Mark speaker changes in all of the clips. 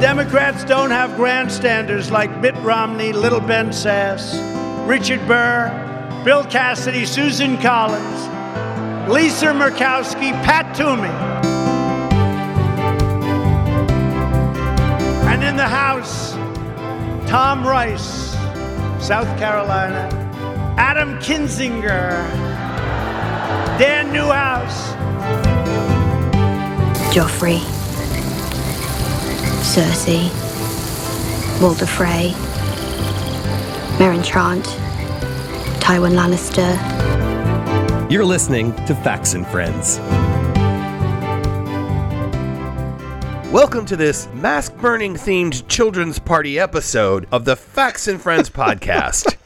Speaker 1: Democrats don't have grandstanders like Mitt Romney, Little Ben Sass, Richard Burr, Bill Cassidy, Susan Collins, Lisa Murkowski, Pat Toomey. And in the House, Tom Rice, South Carolina, Adam Kinzinger, Dan Newhouse.
Speaker 2: Joffrey, Cersei, Walder Frey, Meryn Trant, Tywin Lannister.
Speaker 3: You're listening to Facts and Friends.
Speaker 4: Welcome to this mask burning themed children's party episode of the Facts and Friends podcast.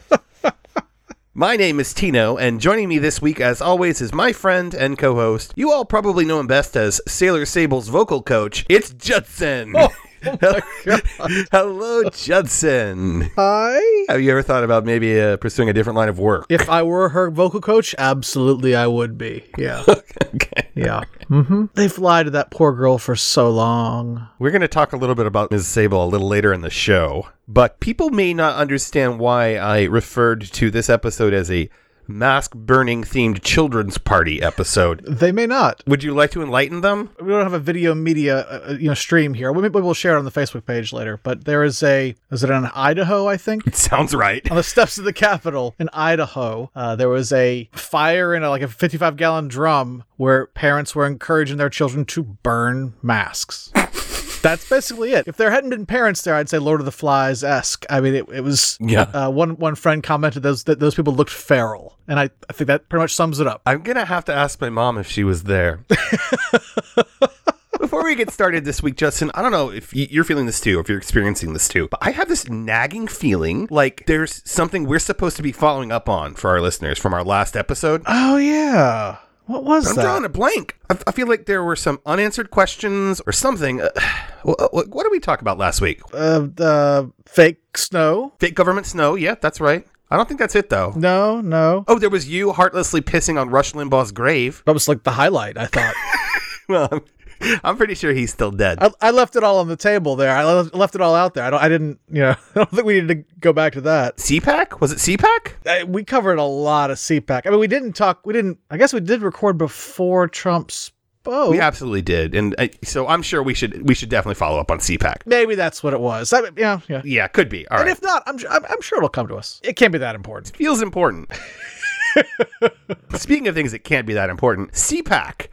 Speaker 4: my name is Tino, and joining me this week, as always, is my friend and co host. You all probably know him best as Sailor Sable's vocal coach. It's Judson. Hello, Judson.
Speaker 5: Hi.
Speaker 4: Have you ever thought about maybe uh, pursuing a different line of work?
Speaker 5: If I were her vocal coach, absolutely I would be. Yeah.
Speaker 4: okay.
Speaker 5: Yeah. Mm-hmm. They've lied to that poor girl for so long.
Speaker 4: We're going to talk a little bit about Ms. Sable a little later in the show, but people may not understand why I referred to this episode as a mask burning themed children's party episode.
Speaker 5: They may not.
Speaker 4: Would you like to enlighten them?
Speaker 5: We don't have a video media, uh, uh, you know, stream here. We, maybe we'll share it on the Facebook page later. But there is a, is it in Idaho? I think
Speaker 4: Sounds right.
Speaker 5: on the steps of the Capitol in Idaho, uh, there was a fire in a, like a 55 gallon drum where parents were encouraging their children to burn masks. That's basically it. If there hadn't been parents there, I'd say Lord of the Flies esque. I mean, it, it was.
Speaker 4: Yeah.
Speaker 5: Uh, one one friend commented those that those people looked feral, and I, I think that pretty much sums it up.
Speaker 4: I'm going to have to ask my mom if she was there. Before we get started this week, Justin, I don't know if y- you're feeling this too, if you're experiencing this too, but I have this nagging feeling like there's something we're supposed to be following up on for our listeners from our last episode.
Speaker 5: Oh yeah, what was
Speaker 4: I'm
Speaker 5: that?
Speaker 4: drawing a blank. I, I feel like there were some unanswered questions or something. Uh, wh- wh- what did we talk about last week?
Speaker 5: Uh, the fake snow?
Speaker 4: Fake government snow. Yeah, that's right. I don't think that's it though.
Speaker 5: No, no.
Speaker 4: Oh, there was you heartlessly pissing on Rush Limbaugh's grave.
Speaker 5: That was like the highlight. I thought
Speaker 4: Well, I'm, I'm pretty sure he's still dead.
Speaker 5: I, I left it all on the table there. I left, left it all out there. I don't. I didn't. You know. I don't think we needed to go back to that.
Speaker 4: CPAC? Was it CPAC?
Speaker 5: Uh, We covered a lot of CPAC. I mean, we didn't talk. We didn't. I guess we did record before Trump spoke.
Speaker 4: We absolutely did, and I, so I'm sure we should we should definitely follow up on CPAC.
Speaker 5: Maybe that's what it was. I, yeah, yeah.
Speaker 4: Yeah, could be. All
Speaker 5: And
Speaker 4: right,
Speaker 5: if not, I'm, su- I'm I'm sure it'll come to us. It can't be that important.
Speaker 4: feels important. Speaking of things that can't be that important, CPAC.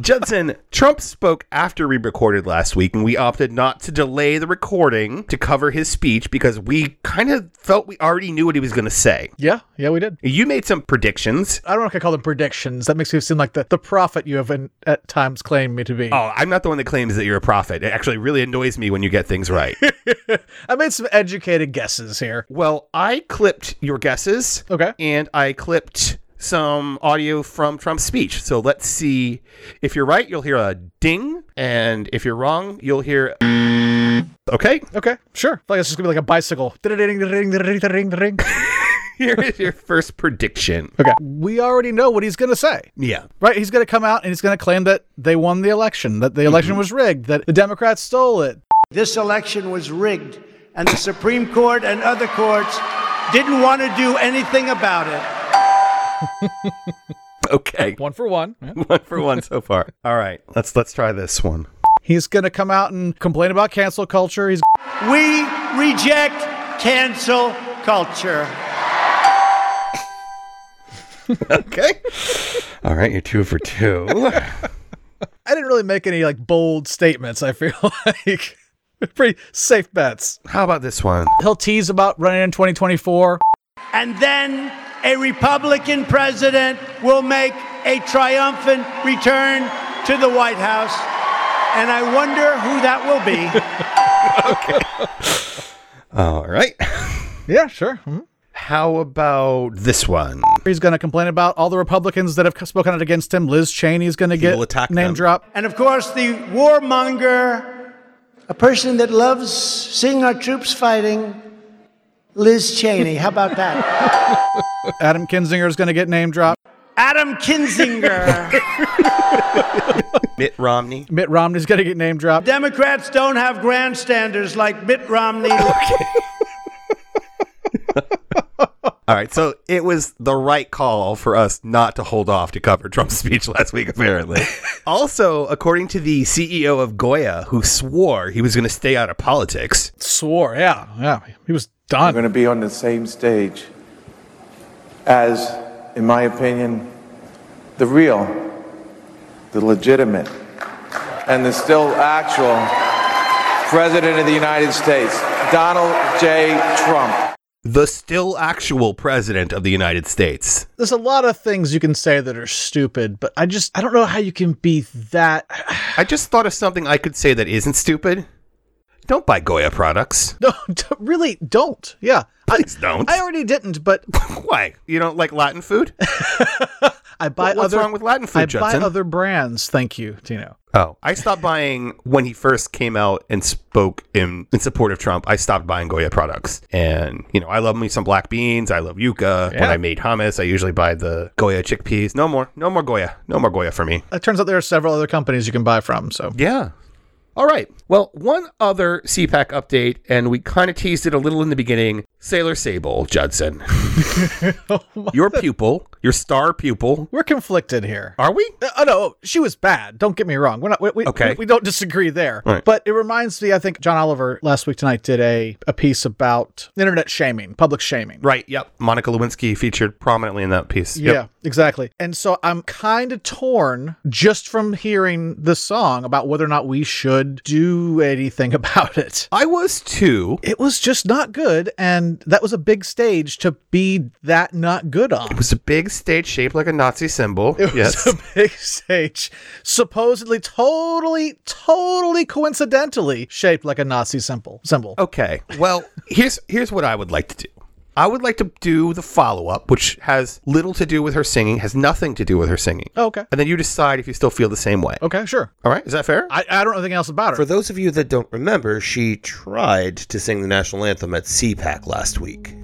Speaker 4: Judson, Trump spoke after we recorded last week, and we opted not to delay the recording to cover his speech because we kind of felt we already knew what he was going to say.
Speaker 5: Yeah, yeah, we did.
Speaker 4: You made some predictions.
Speaker 5: I don't know if I call them predictions. That makes me seem like the, the prophet you have in, at times claimed me to be.
Speaker 4: Oh, I'm not the one that claims that you're a prophet. It actually really annoys me when you get things right.
Speaker 5: I made some educated guesses here.
Speaker 4: well, I clipped your guesses.
Speaker 5: Okay.
Speaker 4: and I clipped some audio from Trump's speech. So let's see. If you're right, you'll hear a ding, and if you're wrong, you'll hear. Okay,
Speaker 5: Okay, sure. I feel like it's just gonna be like a bicycle. Okay.
Speaker 4: here is your first prediction.
Speaker 5: We already know what he's gonna say.
Speaker 4: Yeah.
Speaker 5: Right, he's going to come out and he's going to claim that they won the election, that the election was rigged, that the Democrats stole it.
Speaker 1: This election was rigged, and the Supreme Court and other courts didn't want to do anything about it.
Speaker 4: Okay.
Speaker 5: One for one.
Speaker 4: One for one so far. All right. Let's let's try this one.
Speaker 5: He's going to come out and complain about cancel culture. He's
Speaker 1: We reject cancel culture.
Speaker 4: Okay. All right. You're two for two.
Speaker 5: I didn't really make any like bold statements, I feel like. Pretty safe bets.
Speaker 4: How about this one?
Speaker 5: He'll tease about running in 2024.
Speaker 1: And then a Republican president will make a triumphant return to the White House. And I wonder who that will be.
Speaker 4: All right.
Speaker 5: Yeah, sure. Mhm.
Speaker 4: How about this one?
Speaker 5: He's going to complain about all the Republicans that have spoken out against him. Liz Cheney's going to get
Speaker 4: will attack
Speaker 5: name
Speaker 4: them.
Speaker 5: drop.
Speaker 1: And of course, the warmonger, a person that loves seeing our troops fighting, Liz Cheney. How about that?
Speaker 5: Adam Kinzinger's going to get name drop.
Speaker 1: Adam Kinzinger.
Speaker 4: Mitt Romney.
Speaker 5: Mitt Romney's going to get name dropped.
Speaker 1: Democrats don't have grandstanders like Mitt Romney.
Speaker 4: All right, so it was the right call for us not to hold off to cover Trump's speech last week, apparently. also, according to the CEO of Goya, who swore he was going to stay out of politics,
Speaker 5: Swore. Yeah. Yeah. He was done.
Speaker 6: I'm going to be on the same stage as, in my opinion, the real, the legitimate, and the still actual President of the United States, Donald J. Trump.
Speaker 4: the still actual president of the United States.
Speaker 5: There's a lot of things you can say that are stupid, but I just, I don't know how you can be that.
Speaker 4: I just thought of something I could say that isn't stupid. Don't buy Goya products.
Speaker 5: No, don't- really don't. Yeah.
Speaker 4: Please don't.
Speaker 5: I already didn't, but
Speaker 4: Why? You don't like Latin food?
Speaker 5: I buy
Speaker 4: What's
Speaker 5: other.
Speaker 4: wrong with Latin food,
Speaker 5: I
Speaker 4: Judson?
Speaker 5: buy other brands. Thank you, Tino.
Speaker 4: Oh, I stopped buying when he first came out and spoke in, in support of Trump. I stopped buying Goya products. And, you know, I love me some black beans. I love yuca. When
Speaker 5: Yeah.
Speaker 4: I made hummus, I usually buy the Goya chickpeas. No more. No more Goya. No more Goya for me.
Speaker 5: It turns out there are several other companies you can buy from. So
Speaker 4: Yeah. All right. Well, one other CPAC update, and we kind of teased it a little in the beginning. Sailor Sable, Judson. your pupil, your star pupil.
Speaker 5: we're conflicted here.
Speaker 4: Are we?
Speaker 5: Uh, Oh no, she was bad. Don't get me wrong. We're not. We, we,
Speaker 4: Okay.
Speaker 5: we, we don't disagree there.
Speaker 4: Right.
Speaker 5: But it reminds me. I think John Oliver last week tonight did a a piece about internet shaming, public shaming.
Speaker 4: Right. Yep. Monica Lewinsky featured prominently in that piece. Yep.
Speaker 5: Yeah, exactly. And so I'm kind of torn just from hearing the song about whether or not we should do anything about it.
Speaker 4: I was too.
Speaker 5: It was just not good, and that was a big stage to be that not good on.
Speaker 4: It was a big stage shaped like a Nazi symbol.
Speaker 5: It was
Speaker 4: yes.
Speaker 5: a big stage, supposedly totally, totally coincidentally shaped like a Nazi symbol. Symbol.
Speaker 4: okay. Well, here's here's what I would like to do. I would like to do the follow up, which has little to do with her singing, has nothing to do with her singing.
Speaker 7: Oh.
Speaker 5: Okay.
Speaker 4: And then you decide if you still feel the same way.
Speaker 5: Okay, sure.
Speaker 4: All right. Is that fair?
Speaker 5: I, I don't know anything else about
Speaker 7: For
Speaker 5: her.
Speaker 7: those of you that don't remember, she tried to sing the national anthem at CPAC last week.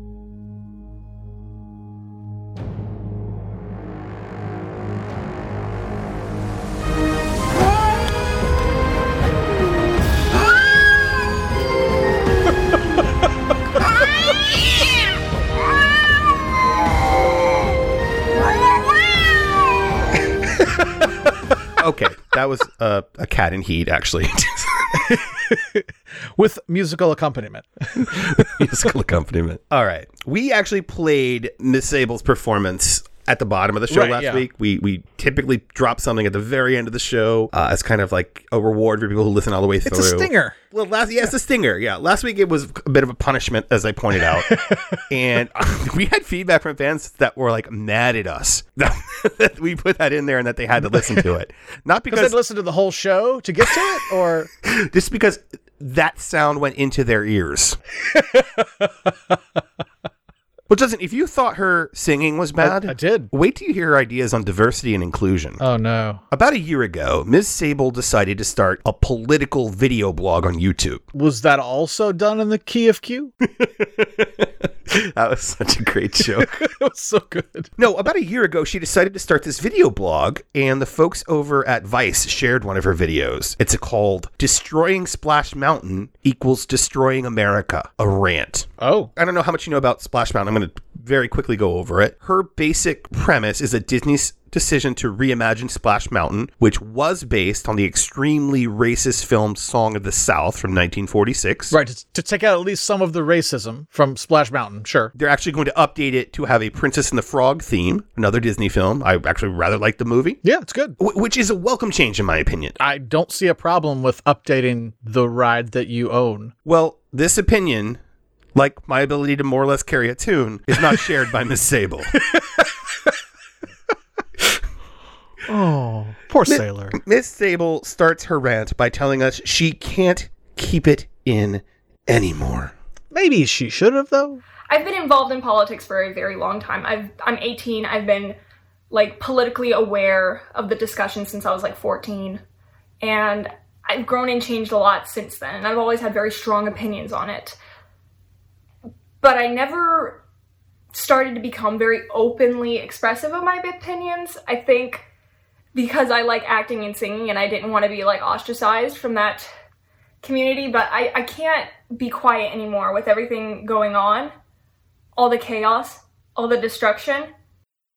Speaker 4: okay. That was uh, a cat in heat, actually.
Speaker 5: With musical accompaniment.
Speaker 4: musical accompaniment. All right. We actually played Miss Sable's performance at the bottom of the show
Speaker 5: Right,
Speaker 4: last
Speaker 5: yeah.
Speaker 4: week. We we typically drop something at the very end of the show uh, as kind of like a reward for people who listen all the way through.
Speaker 5: It's a stinger.
Speaker 4: Well, last yeah, it's a stinger. Yeah, last week it was a bit of a punishment, as I pointed out, and uh, we had feedback from fans that were like mad at us that we put that in there and that they had to listen to it. Not
Speaker 5: Because
Speaker 4: because
Speaker 5: they listen to the whole show to get to it, or
Speaker 4: just because that sound went into their ears. Which doesn't. If you thought her singing was bad,
Speaker 5: I did.
Speaker 4: Wait till you hear her ideas on diversity and inclusion.
Speaker 5: oh no,
Speaker 4: About a year ago, Ms. Sable decided to start a political video blog on YouTube.
Speaker 5: was that also done in the key of Q? it
Speaker 4: That was such a great joke.
Speaker 5: was so good.
Speaker 4: No, about a year ago, she decided to start this video blog, and the folks over at Vice shared one of her videos. It's called Destroying Splash Mountain Equals Destroying America, a rant.
Speaker 5: Oh,
Speaker 4: I don't know how much you know about Splash Mountain. I'm going to very quickly go over it. Her basic premise is that Disney's decision to reimagine Splash Mountain, which was based on the extremely racist film Song of the South from 1946.
Speaker 5: right. To, to take out at least some of the racism from Splash Mountain, sure.
Speaker 4: They're actually going to update it to have a Princess and the Frog theme, another Disney film. I actually rather like the movie.
Speaker 5: Yeah, it's good.
Speaker 4: Wh- Which is a welcome change, in my opinion.
Speaker 5: I don't see a problem with updating the ride that you own.
Speaker 4: Well, this opinion, like my ability to more or less carry a tune, is not shared by Miss Sable.
Speaker 5: Oh, poor sailor.
Speaker 4: Miss Sable starts her rant by telling us she can't keep it in anymore.
Speaker 5: Maybe she should have though.
Speaker 8: I've been involved in politics for a very long time. I've I'm 18. I've been like politically aware of the discussion since I was like 14, and I've grown and changed a lot since then. And I've always had very strong opinions on it, but I never started to become very openly expressive of my opinions. I think because I like acting and singing and I didn't want to be like ostracized from that community, but I, I can't be quiet anymore with everything going on, all the chaos, all the destruction.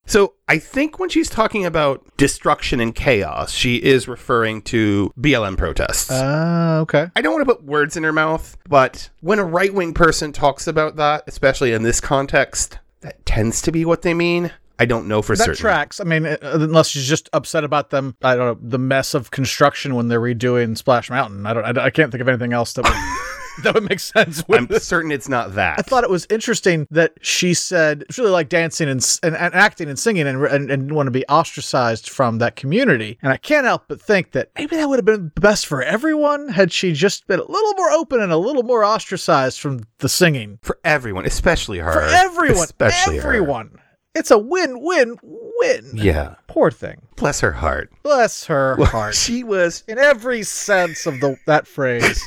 Speaker 4: So I think when she's talking about destruction and chaos, she is referring to BLM protests.
Speaker 5: Ah, okay.
Speaker 4: I don't want to put words in her mouth, but when a right wing person talks about that, especially in this context, that tends to be what they mean. I don't know for
Speaker 5: That
Speaker 4: certain.
Speaker 5: tracks. I mean, uh, unless she's just upset about them. I don't know the mess of construction when they're redoing Splash Mountain. I don't. I, don't- I can't think of anything else that would that would make sense. With
Speaker 4: I'm
Speaker 5: this.
Speaker 4: certain it's not that.
Speaker 5: I thought it was interesting that she said she really liked dancing and, s- and, and acting and singing and, and, and didn't want to be ostracized from that community. And I can't help but think that maybe that would have been best for everyone had she just been a little more open and a little more ostracized from the singing.
Speaker 4: for everyone, especially her.
Speaker 5: For everyone,
Speaker 4: especially her.
Speaker 5: everyone. It's a win, win, win.
Speaker 4: Yeah.
Speaker 5: Poor thing.
Speaker 4: Bless her heart.
Speaker 5: Bless her heart.
Speaker 4: She was
Speaker 5: In every sense of the that phrase.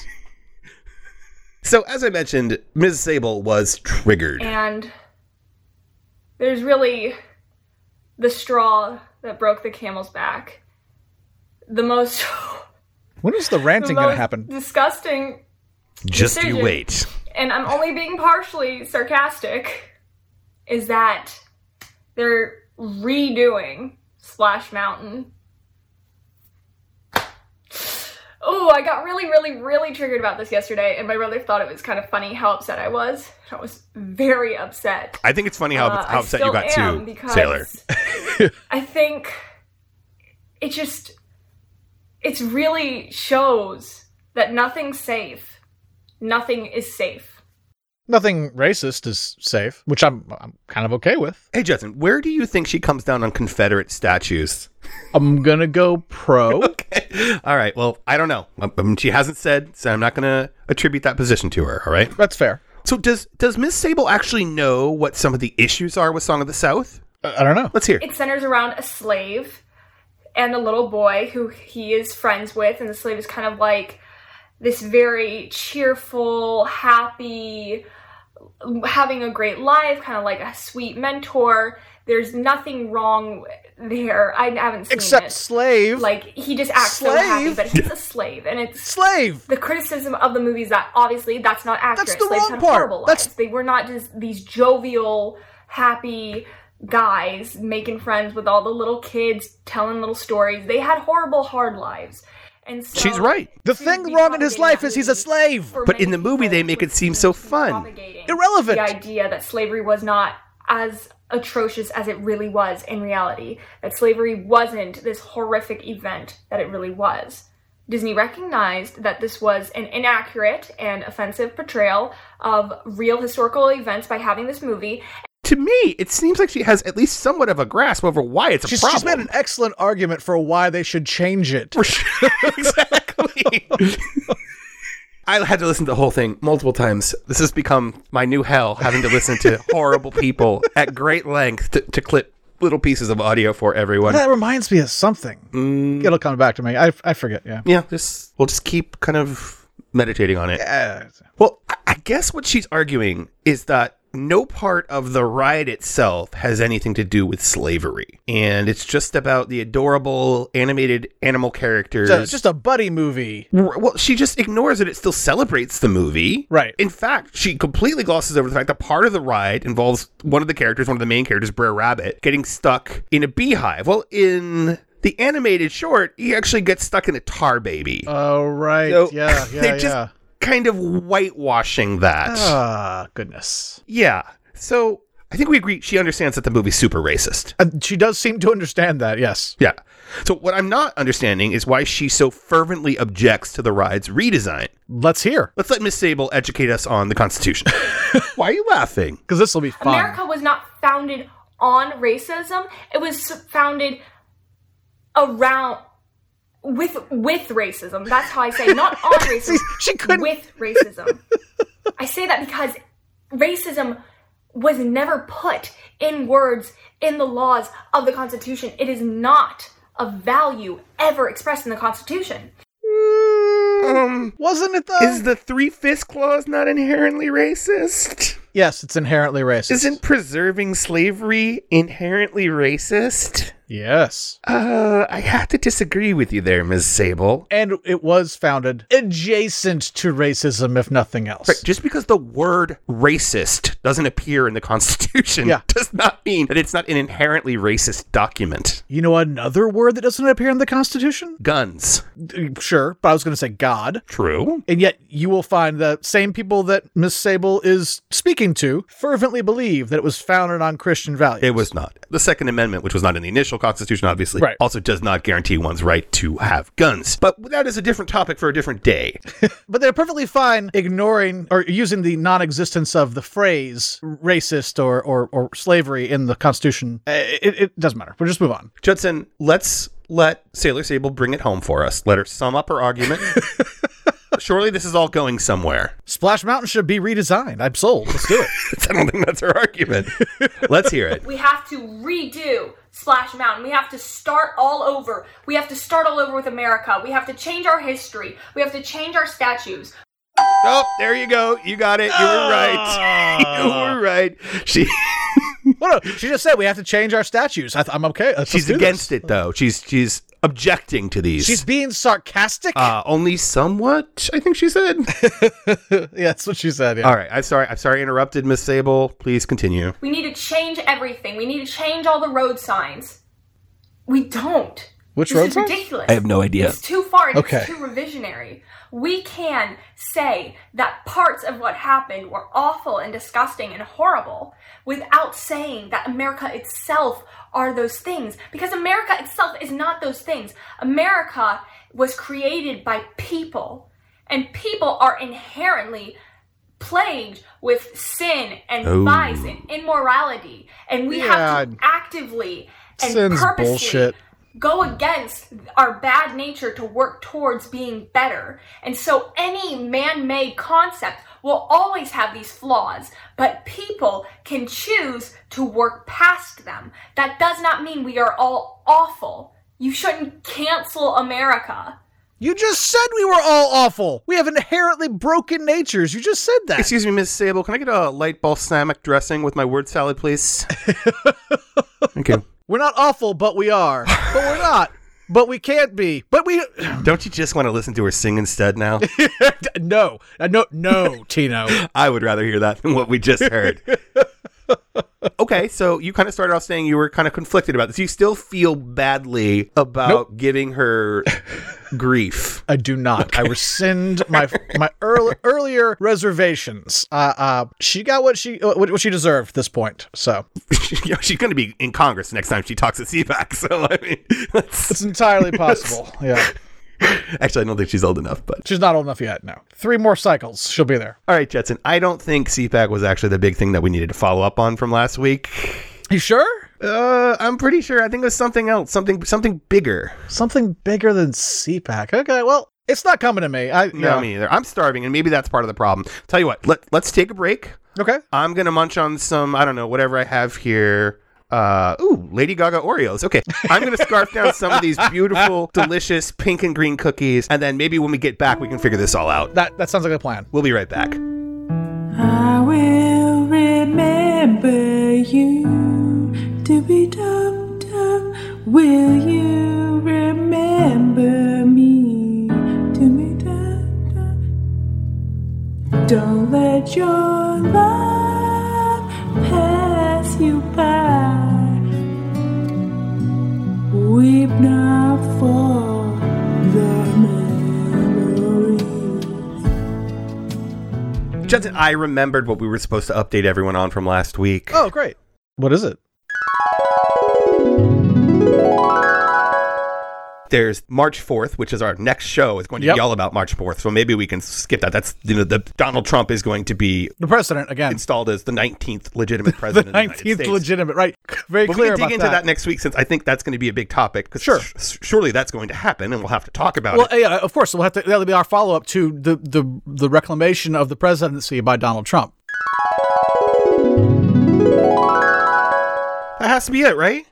Speaker 4: so. As I mentioned, Ms. Sable was triggered.
Speaker 8: And there's really the straw that broke the camel's back. The most
Speaker 5: When is the
Speaker 8: the
Speaker 5: ranting going to
Speaker 8: most
Speaker 5: happen?
Speaker 8: disgusting
Speaker 4: Just you
Speaker 8: decision.
Speaker 4: wait.
Speaker 8: and I'm only being partially sarcastic, is that they're redoing Splash Mountain. Oh, I got really, really, really triggered about this yesterday, and my brother thought it was kind of funny how upset I was. I was very upset.
Speaker 4: I think it's funny how,
Speaker 8: Uh,
Speaker 4: how
Speaker 8: I
Speaker 4: upset you
Speaker 8: still
Speaker 4: got
Speaker 8: am
Speaker 4: too,
Speaker 8: because
Speaker 4: Sailor.
Speaker 8: I think it just it really shows that nothing's safe. Nothing is safe.
Speaker 5: Nothing racist is safe, which I'm I'm kind of okay with.
Speaker 4: Hey, Justin, where do you think she comes down on Confederate statues?
Speaker 5: I'm gonna go pro.
Speaker 4: All right. Well, I don't know. Um, um, she hasn't said, so I'm not going to attribute that position to her. All right.
Speaker 5: That's fair.
Speaker 4: So does does Miss Sable actually know what some of the issues are with Song of the South?
Speaker 5: I I don't know.
Speaker 4: Let's hear.
Speaker 8: It centers around a slave and a little boy who he is friends with, and the slave is kind of like this very cheerful, happy, having a great life, kind of like a sweet mentor. There's nothing wrong there. I haven't seen
Speaker 5: Except
Speaker 8: it.
Speaker 5: slave.
Speaker 8: like he just acts so happy,
Speaker 5: Slave?
Speaker 8: but he's a slave, and it's
Speaker 5: slave.
Speaker 8: the criticism of the movies that obviously that's not accurate.
Speaker 5: That's the
Speaker 8: Slaves
Speaker 5: wrong
Speaker 8: had
Speaker 5: part.
Speaker 8: horrible
Speaker 5: That's-
Speaker 8: lives. They were not just these jovial, happy guys making friends with all the little kids, telling little stories. They had horrible, hard lives. And so
Speaker 4: She's right.
Speaker 5: The thing wrong in his life is he's a slave.
Speaker 8: for
Speaker 4: But in
Speaker 8: many
Speaker 4: the movie, they
Speaker 8: people,
Speaker 4: make it
Speaker 8: was
Speaker 4: seem so fun.
Speaker 8: propagating
Speaker 5: Irrelevant.
Speaker 8: The idea that slavery was not as atrocious as it really was in reality, that slavery wasn't this horrific event that it really was. Disney recognized that this was an inaccurate and offensive portrayal of real historical events by having this movie.
Speaker 4: To me, it seems like she has at least somewhat of a grasp over why it's a
Speaker 5: She's,
Speaker 4: problem.
Speaker 5: she's made an excellent argument for why they should change it.
Speaker 4: exactly. I had to listen to the whole thing multiple times. This has become my new hell, having to listen to horrible people at great length to, to clip little pieces of audio for everyone.
Speaker 5: That reminds me of something.
Speaker 4: Mm.
Speaker 5: It'll come back to me. I, I forget. Yeah.
Speaker 4: Yeah, just we'll just keep kind of meditating on it.
Speaker 5: Uh,
Speaker 4: Well, I- I guess what she's arguing is that no part of the riot itself has anything to do with slavery, and it's just about the adorable animated animal characters.
Speaker 5: so it's just a buddy movie.
Speaker 4: R- Well, she just ignores it. It still celebrates the movie.
Speaker 5: Right.
Speaker 4: In fact, she completely glosses over the fact that part of the ride involves one of the characters, one of the main characters, Brer Rabbit, getting stuck in a beehive. Well, in the animated short, he actually gets stuck in a tar baby.
Speaker 5: Oh right.
Speaker 4: So,
Speaker 5: yeah. Yeah.
Speaker 4: they're
Speaker 5: yeah.
Speaker 4: just kind of whitewashing that.
Speaker 5: Ah, goodness.
Speaker 4: Yeah. So I think we agree she understands that the movie's super racist.
Speaker 5: Uh, she does seem to understand that. Yes.
Speaker 4: Yeah. So what I'm not understanding is why she so fervently objects to the ride's redesign.
Speaker 5: Let's hear
Speaker 4: Let's let Miss Sable educate us on the Constitution. Why are you laughing?
Speaker 5: because this will be fun.
Speaker 8: America was not founded on racism. It was founded around with with racism. That's how I say not on racism.
Speaker 5: she couldn't-
Speaker 8: with racism. I say that because racism was never put in words in the laws of the Constitution. It is not a value ever expressed in the Constitution.
Speaker 4: Um,
Speaker 5: Wasn't it though?
Speaker 4: is the three fist clause not inherently racist?
Speaker 5: Yes, it's inherently racist.
Speaker 4: Isn't preserving slavery inherently racist?
Speaker 5: Yes.
Speaker 4: Uh, I have to disagree with you there, Ms. Sable.
Speaker 5: And it was founded adjacent to racism, if nothing else.
Speaker 4: Right, just because the word racist doesn't appear in the Constitution
Speaker 5: Yeah.
Speaker 4: does not mean that it's not an inherently racist document.
Speaker 5: You know another word that doesn't appear in the Constitution? Uh,
Speaker 4: Guns.
Speaker 5: Sure, but I was going to say God.
Speaker 4: True.
Speaker 5: And yet, you will find the same people that Miss Sable is speaking to fervently believe that it was founded on Christian values.
Speaker 4: It was not. The Second Amendment, which was not in the initial Constitution, obviously,
Speaker 5: Right.
Speaker 4: also does not guarantee one's right to have guns. But that is a different topic for a different day.
Speaker 5: But they're perfectly fine ignoring or using the non existence of the phrase racist or, or, or slavery in the Constitution. Uh, It, it doesn't matter. We'll just move on.
Speaker 4: Judson, let's let Sailor Sable bring it home for us. Let her sum up her argument. Surely this is all going somewhere.
Speaker 5: Splash Mountain should be redesigned. I'm sold. Let's do it.
Speaker 4: I don't think that's her argument. Let's hear it.
Speaker 8: We have to redo Splash Mountain. We have to start all over. We have to start all over with America. We have to change our history. We have to change our statues.
Speaker 4: Oh, there you go. You got it. You were right. you were right. She
Speaker 5: Well, no, she just said we have to change our statues. I th- I'm okay. Let's- let's
Speaker 4: she's
Speaker 5: do
Speaker 4: against
Speaker 5: this.
Speaker 4: it though. She's she's objecting to these.
Speaker 5: She's being sarcastic.
Speaker 4: uh, only somewhat. I think she said.
Speaker 5: yeah, that's what she said. Yeah.
Speaker 4: All right. I'm sorry. I'm sorry. I interrupted, Miss Sable. Please continue.
Speaker 8: We need to change everything. We need to change all the road signs. We don't.
Speaker 5: Which
Speaker 8: this
Speaker 5: road
Speaker 8: is
Speaker 5: signs?
Speaker 8: ridiculous.
Speaker 4: I have no idea.
Speaker 8: It's too far and
Speaker 5: Okay.
Speaker 8: it's too revisionary. We can say that parts of what happened were awful and disgusting and horrible without saying that America itself are those things because America itself is not those things. America was created by people and people are inherently plagued with sin and vice and immorality and we have to
Speaker 5: Yeah.
Speaker 8: actively and
Speaker 5: Sin's
Speaker 8: purposely
Speaker 5: bullshit.
Speaker 8: go against our bad nature to work towards being better. And so any man made concept will always have these flaws, but people can choose to work past them. That does not mean we are all awful. You shouldn't cancel America.
Speaker 5: You just said we were all awful. We have inherently broken natures. You just said that.
Speaker 4: Excuse me, Miss Sable. Can I get a light balsamic dressing with my word salad, please? Thank you.
Speaker 5: We're not awful, but we are. But we're not. But we can't be. But we
Speaker 4: Don't you just want to listen to her sing instead now?
Speaker 5: no Uh, no no Tino.
Speaker 4: I would rather hear that than what we just heard. okay, so you kind of started off saying you were kind of conflicted about this. You still feel badly about giving her grief.
Speaker 5: I do not. I rescind my my earl- earlier reservations. Uh, uh, she got what she uh, what what she deserved at this point. So
Speaker 4: You know, she's going to be in Congress next time she talks to CPAC. So, I mean, that's,
Speaker 5: it's entirely possible. yeah,
Speaker 4: actually, I don't think she's old enough, but.
Speaker 5: she's not old enough yet. No, three more cycles, she'll be there.
Speaker 4: All right, Jetson, I don't think CPAC was actually the big thing that we needed to follow up on from last week.
Speaker 5: You sure?
Speaker 4: Uh, I'm pretty sure. I think it was something else, something something bigger.
Speaker 5: Something bigger than CPAC. Okay, well, it's not coming to me. I
Speaker 4: No,
Speaker 5: yeah.
Speaker 4: me either. I'm starving, and maybe that's part of the problem. Tell you what, let, let's take a break.
Speaker 5: Okay.
Speaker 4: I'm gonna munch on some, I don't know, whatever I have here. Uh, ooh, Lady Gaga Oreos. Okay, I'm gonna scarf down some of these beautiful, delicious pink and green cookies, and then maybe when we get back, we can figure this all out.
Speaker 5: That that sounds like a plan.
Speaker 4: We'll be right back.
Speaker 9: I will remember you. Dooby dum dum. Will you remember me? Dooby dum dum. Don't let your love pass you by. Weep not for the memory.
Speaker 4: Jensen, I remembered what we were supposed to update everyone on from last week.
Speaker 5: Oh, great. What is it?
Speaker 4: There's March 4th, which is our next show. It's going to
Speaker 5: Yep.
Speaker 4: be all about March 4th, so maybe we can skip that. That's you know, the Donald Trump is going to be
Speaker 5: The president again.
Speaker 4: installed as the 19th legitimate
Speaker 5: The
Speaker 4: president. of the United
Speaker 5: nineteenth
Speaker 4: States.
Speaker 5: legitimate, right? Very
Speaker 4: But we
Speaker 5: clear
Speaker 4: can dig
Speaker 5: about
Speaker 4: into that. next week since I think that's going to be a big topic. 'cause
Speaker 5: Sure.
Speaker 4: sh- surely that's going to happen, and we'll have to talk about
Speaker 5: Well,
Speaker 4: it.
Speaker 5: yeah, of course, we'll have to. That'll be our follow up to the, the the reclamation of the presidency by Donald Trump.
Speaker 4: That has to be it, right?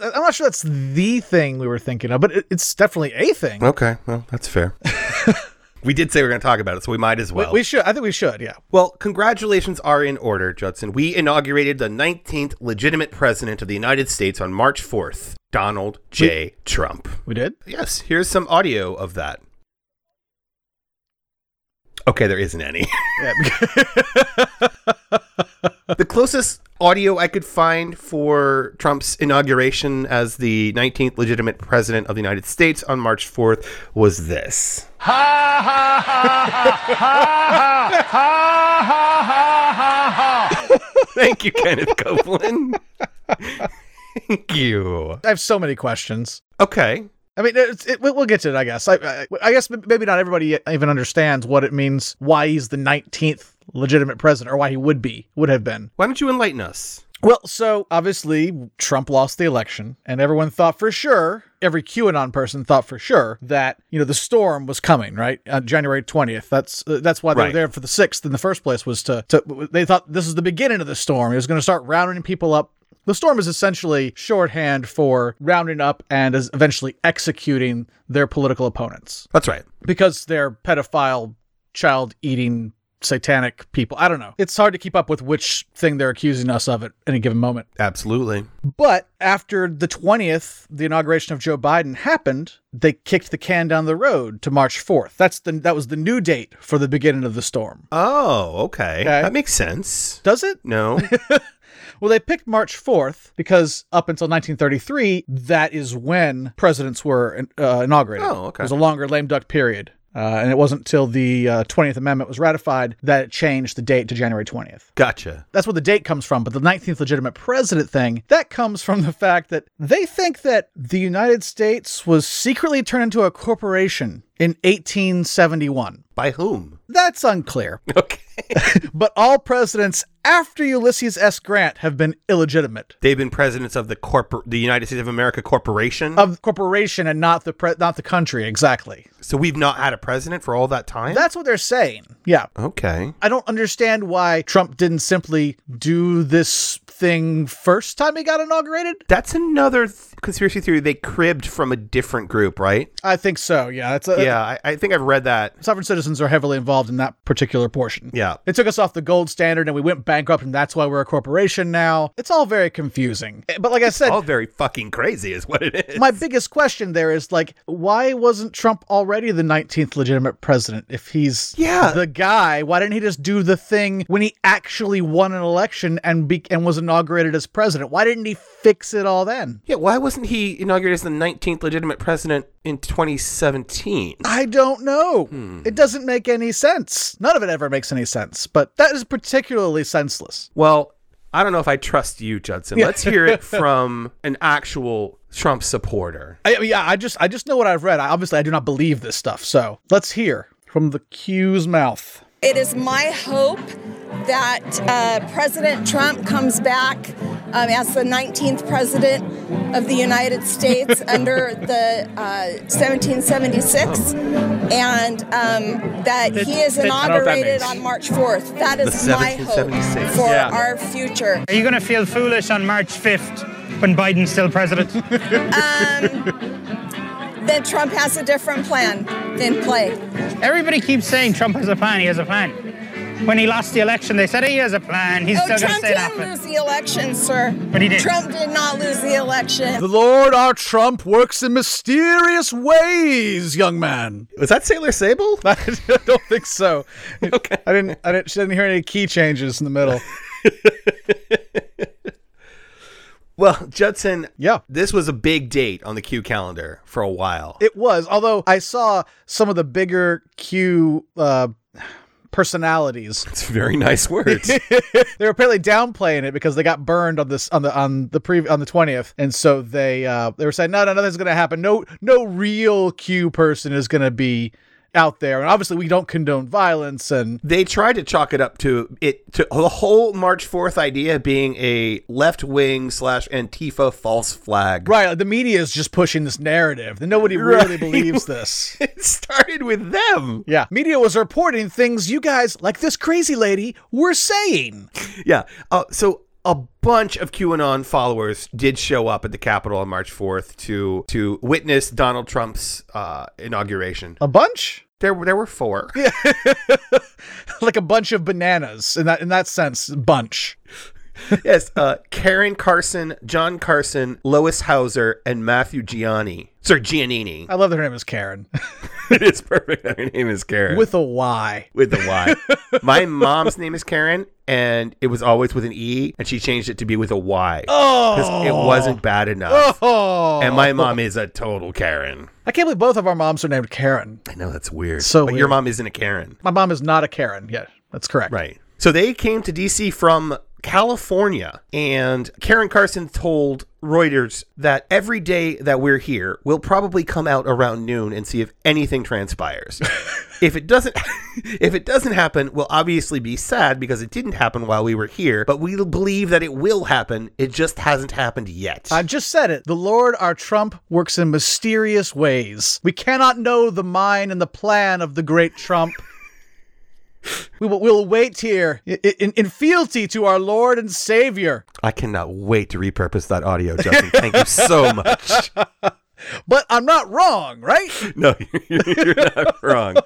Speaker 5: Uh, I'm not sure that's the thing we were thinking of, but it, it's definitely a thing.
Speaker 4: Okay, well that's fair. We did say we are going to talk about it, so we might as well.
Speaker 5: we should. I think we should. Yeah.
Speaker 4: Well, congratulations are in order, Judson. We inaugurated the 19th legitimate president of the United States on March 4th, Donald J. Trump.
Speaker 5: We did.
Speaker 4: Yes, here's some audio of that. Okay, there isn't any. the closest audio I could find for Trump's inauguration as the 19th legitimate president of the United States on March 4th was this. Thank you, Kenneth Copeland. Thank you.
Speaker 5: I have so many questions.
Speaker 4: Okay.
Speaker 5: I mean, it's, it, we'll we'll get to it, I guess. I, I, I guess m- maybe not everybody yet even understands what it means, why he's the 19th legitimate president, or why he would be, would have been.
Speaker 4: Why don't you enlighten us?
Speaker 5: Well, so obviously Trump lost the election, and everyone thought for sure, every QAnon person thought for sure that you know the storm was coming, right? On January twentieth. That's uh, that's why they
Speaker 4: Right.
Speaker 5: were there for the sixth in the first place was to to they thought this was the beginning of the storm. It was going to start rounding people up. The storm is essentially shorthand for rounding up and is eventually executing their political opponents
Speaker 4: That's right.
Speaker 5: because they're pedophile, child eating, satanic people. I don't know. It's hard to keep up with which thing they're accusing us of at any given moment.
Speaker 4: Absolutely.
Speaker 5: But after the 20th, the inauguration of Joe Biden happened, they kicked the can down the road to March 4th. That's the that was the new date for the beginning of the storm.
Speaker 4: Oh, okay. That makes sense.
Speaker 5: Does it?
Speaker 4: No.
Speaker 5: Well, they picked March 4th because up until 1933, that is when presidents were uh, inaugurated.
Speaker 4: Oh, okay.
Speaker 5: It was a longer lame duck period. Uh, and it wasn't till the uh, 20th Amendment was ratified that it changed the date to January 20th.
Speaker 4: gotcha.
Speaker 5: That's where the date comes from. But the 19th legitimate president thing, that comes from the fact that they think that the United States was secretly turned into a corporation in 1871.
Speaker 4: By whom?
Speaker 5: That's unclear.
Speaker 4: Okay.
Speaker 5: But all presidents after Ulysses S. Grant have been illegitimate.
Speaker 4: They've been presidents of the corpor- the United States of America Corporation.
Speaker 5: Of the corporation and not the pre- not the country exactly.
Speaker 4: so we've not had a president for all that time?
Speaker 5: That's what they're saying. Yeah.
Speaker 4: okay.
Speaker 5: I don't understand why Trump didn't simply do this thing first time he got inaugurated.
Speaker 4: That's another th- conspiracy theory they cribbed from a different group, right?
Speaker 5: I think so. Yeah, that's a,
Speaker 4: yeah, I, I think I've read that.
Speaker 5: sovereign citizens are heavily involved in that particular portion.
Speaker 4: Yeah.
Speaker 5: They took us off the gold standard and we went bankrupt and that's why we're a corporation now. It's all very confusing. But like I said,
Speaker 4: All very fucking crazy is what it is.
Speaker 5: my biggest question there is like why wasn't Trump already the 19th legitimate president if he's
Speaker 4: Yeah.
Speaker 5: the guy? Why didn't he just do the thing when he actually won an election and be- and was inaugurated as president? Why didn't he fix it all then?
Speaker 4: yeah, why wasn't he inaugurated as the 19th legitimate president in 2017?
Speaker 5: I don't know. It doesn't make any sense. None of it ever makes any sense, but that is particularly senseless.
Speaker 4: Well, I don't know if I trust you, Judson. Let's hear it from an actual Trump supporter.
Speaker 5: I, yeah, I just I just know what I've read. I, obviously, I do not believe this stuff. So let's hear from the Q's mouth.
Speaker 10: It is my hope that uh, President Trump comes back um, as the 19th president of the United States under the uh, 1776, and um, that he is
Speaker 5: I don't know what that
Speaker 10: inaugurated
Speaker 5: means.
Speaker 10: on March 4th. That is my hope
Speaker 4: 1776.
Speaker 10: for
Speaker 4: Yeah.
Speaker 10: our future.
Speaker 11: Are you going to feel foolish on March 5th when Biden's still president?
Speaker 10: Then Trump has a different plan in play.
Speaker 11: Everybody keeps saying Trump has a plan, he has a plan. When he lost the election, they said he has a plan, he's
Speaker 10: Oh,
Speaker 11: still going to
Speaker 10: Trump
Speaker 11: say
Speaker 10: didn't
Speaker 11: that.
Speaker 10: lose the election, sir.
Speaker 11: But he did.
Speaker 10: Trump did not lose the election.
Speaker 5: The Lord our Trump works in mysterious ways, young man.
Speaker 4: Was that Sailor Sable?
Speaker 5: I don't think so. okay. I didn't. I didn't. She didn't hear any key changes in the middle.
Speaker 4: Well, Judson,
Speaker 5: Yeah.
Speaker 4: this was a big date on the Q calendar for a while.
Speaker 5: It was, although I saw some of the bigger Q uh, personalities.
Speaker 4: It's very nice words.
Speaker 5: they were apparently downplaying it because they got burned on this on the on the pre on the twentieth, and so they uh, they were saying no, no, nothing's going to happen. No, no real Q person is going to be out there, and obviously we don't condone violence and
Speaker 4: they tried to chalk it up to it to the whole March Fourth idea being a left wing slash Antifa false flag.
Speaker 5: Right, like, the media is just pushing this narrative. That nobody really believes this.
Speaker 4: It started with them.
Speaker 5: Yeah. Media was reporting things you guys, like this crazy lady, were saying.
Speaker 4: Yeah. Uh, so a bunch of QAnon followers did show up at the Capitol on March 4th to to witness Donald Trump's uh, inauguration.
Speaker 5: A bunch?
Speaker 4: There, there were four.
Speaker 5: like a bunch of bananas in that in that sense, bunch.
Speaker 4: yes, uh, Karen Carson, John Carson, Lois Hauser, and Matthew Gianni. Sir Giannini.
Speaker 5: I love that her name is Karen
Speaker 4: it is perfect. that Her name is Karen.
Speaker 5: with a Y.
Speaker 4: with a Y. My mom's name is Karen, and it was always with an E, and she changed it to be with a Y. Oh, it wasn't bad enough.
Speaker 5: Oh,
Speaker 4: And my mom is a total Karen.
Speaker 5: I can't believe both of our moms are named Karen.
Speaker 4: I know that's weird.
Speaker 5: So
Speaker 4: but your
Speaker 5: weird.
Speaker 4: mom isn't a Karen,
Speaker 5: My mom is not a Karen. Yeah, that's correct.
Speaker 4: right? So they came to DC from California, and Karen Carson told Reuters that every day that we're here, we'll probably come out around noon and see if anything transpires. if it doesn't, if it doesn't happen, we'll obviously be sad because it didn't happen while we were here. But we believe that it will happen. It just hasn't happened yet.
Speaker 5: I just said it. The Lord, our Trump, works in mysterious ways. We cannot know the mind and the plan of the great Trump. we will we'll wait here i- i- in, in fealty to our Lord and Savior.
Speaker 4: I cannot wait to repurpose that audio, Justin. Thank you so much.
Speaker 5: But I'm not wrong, right?
Speaker 4: No, you're, you're not wrong.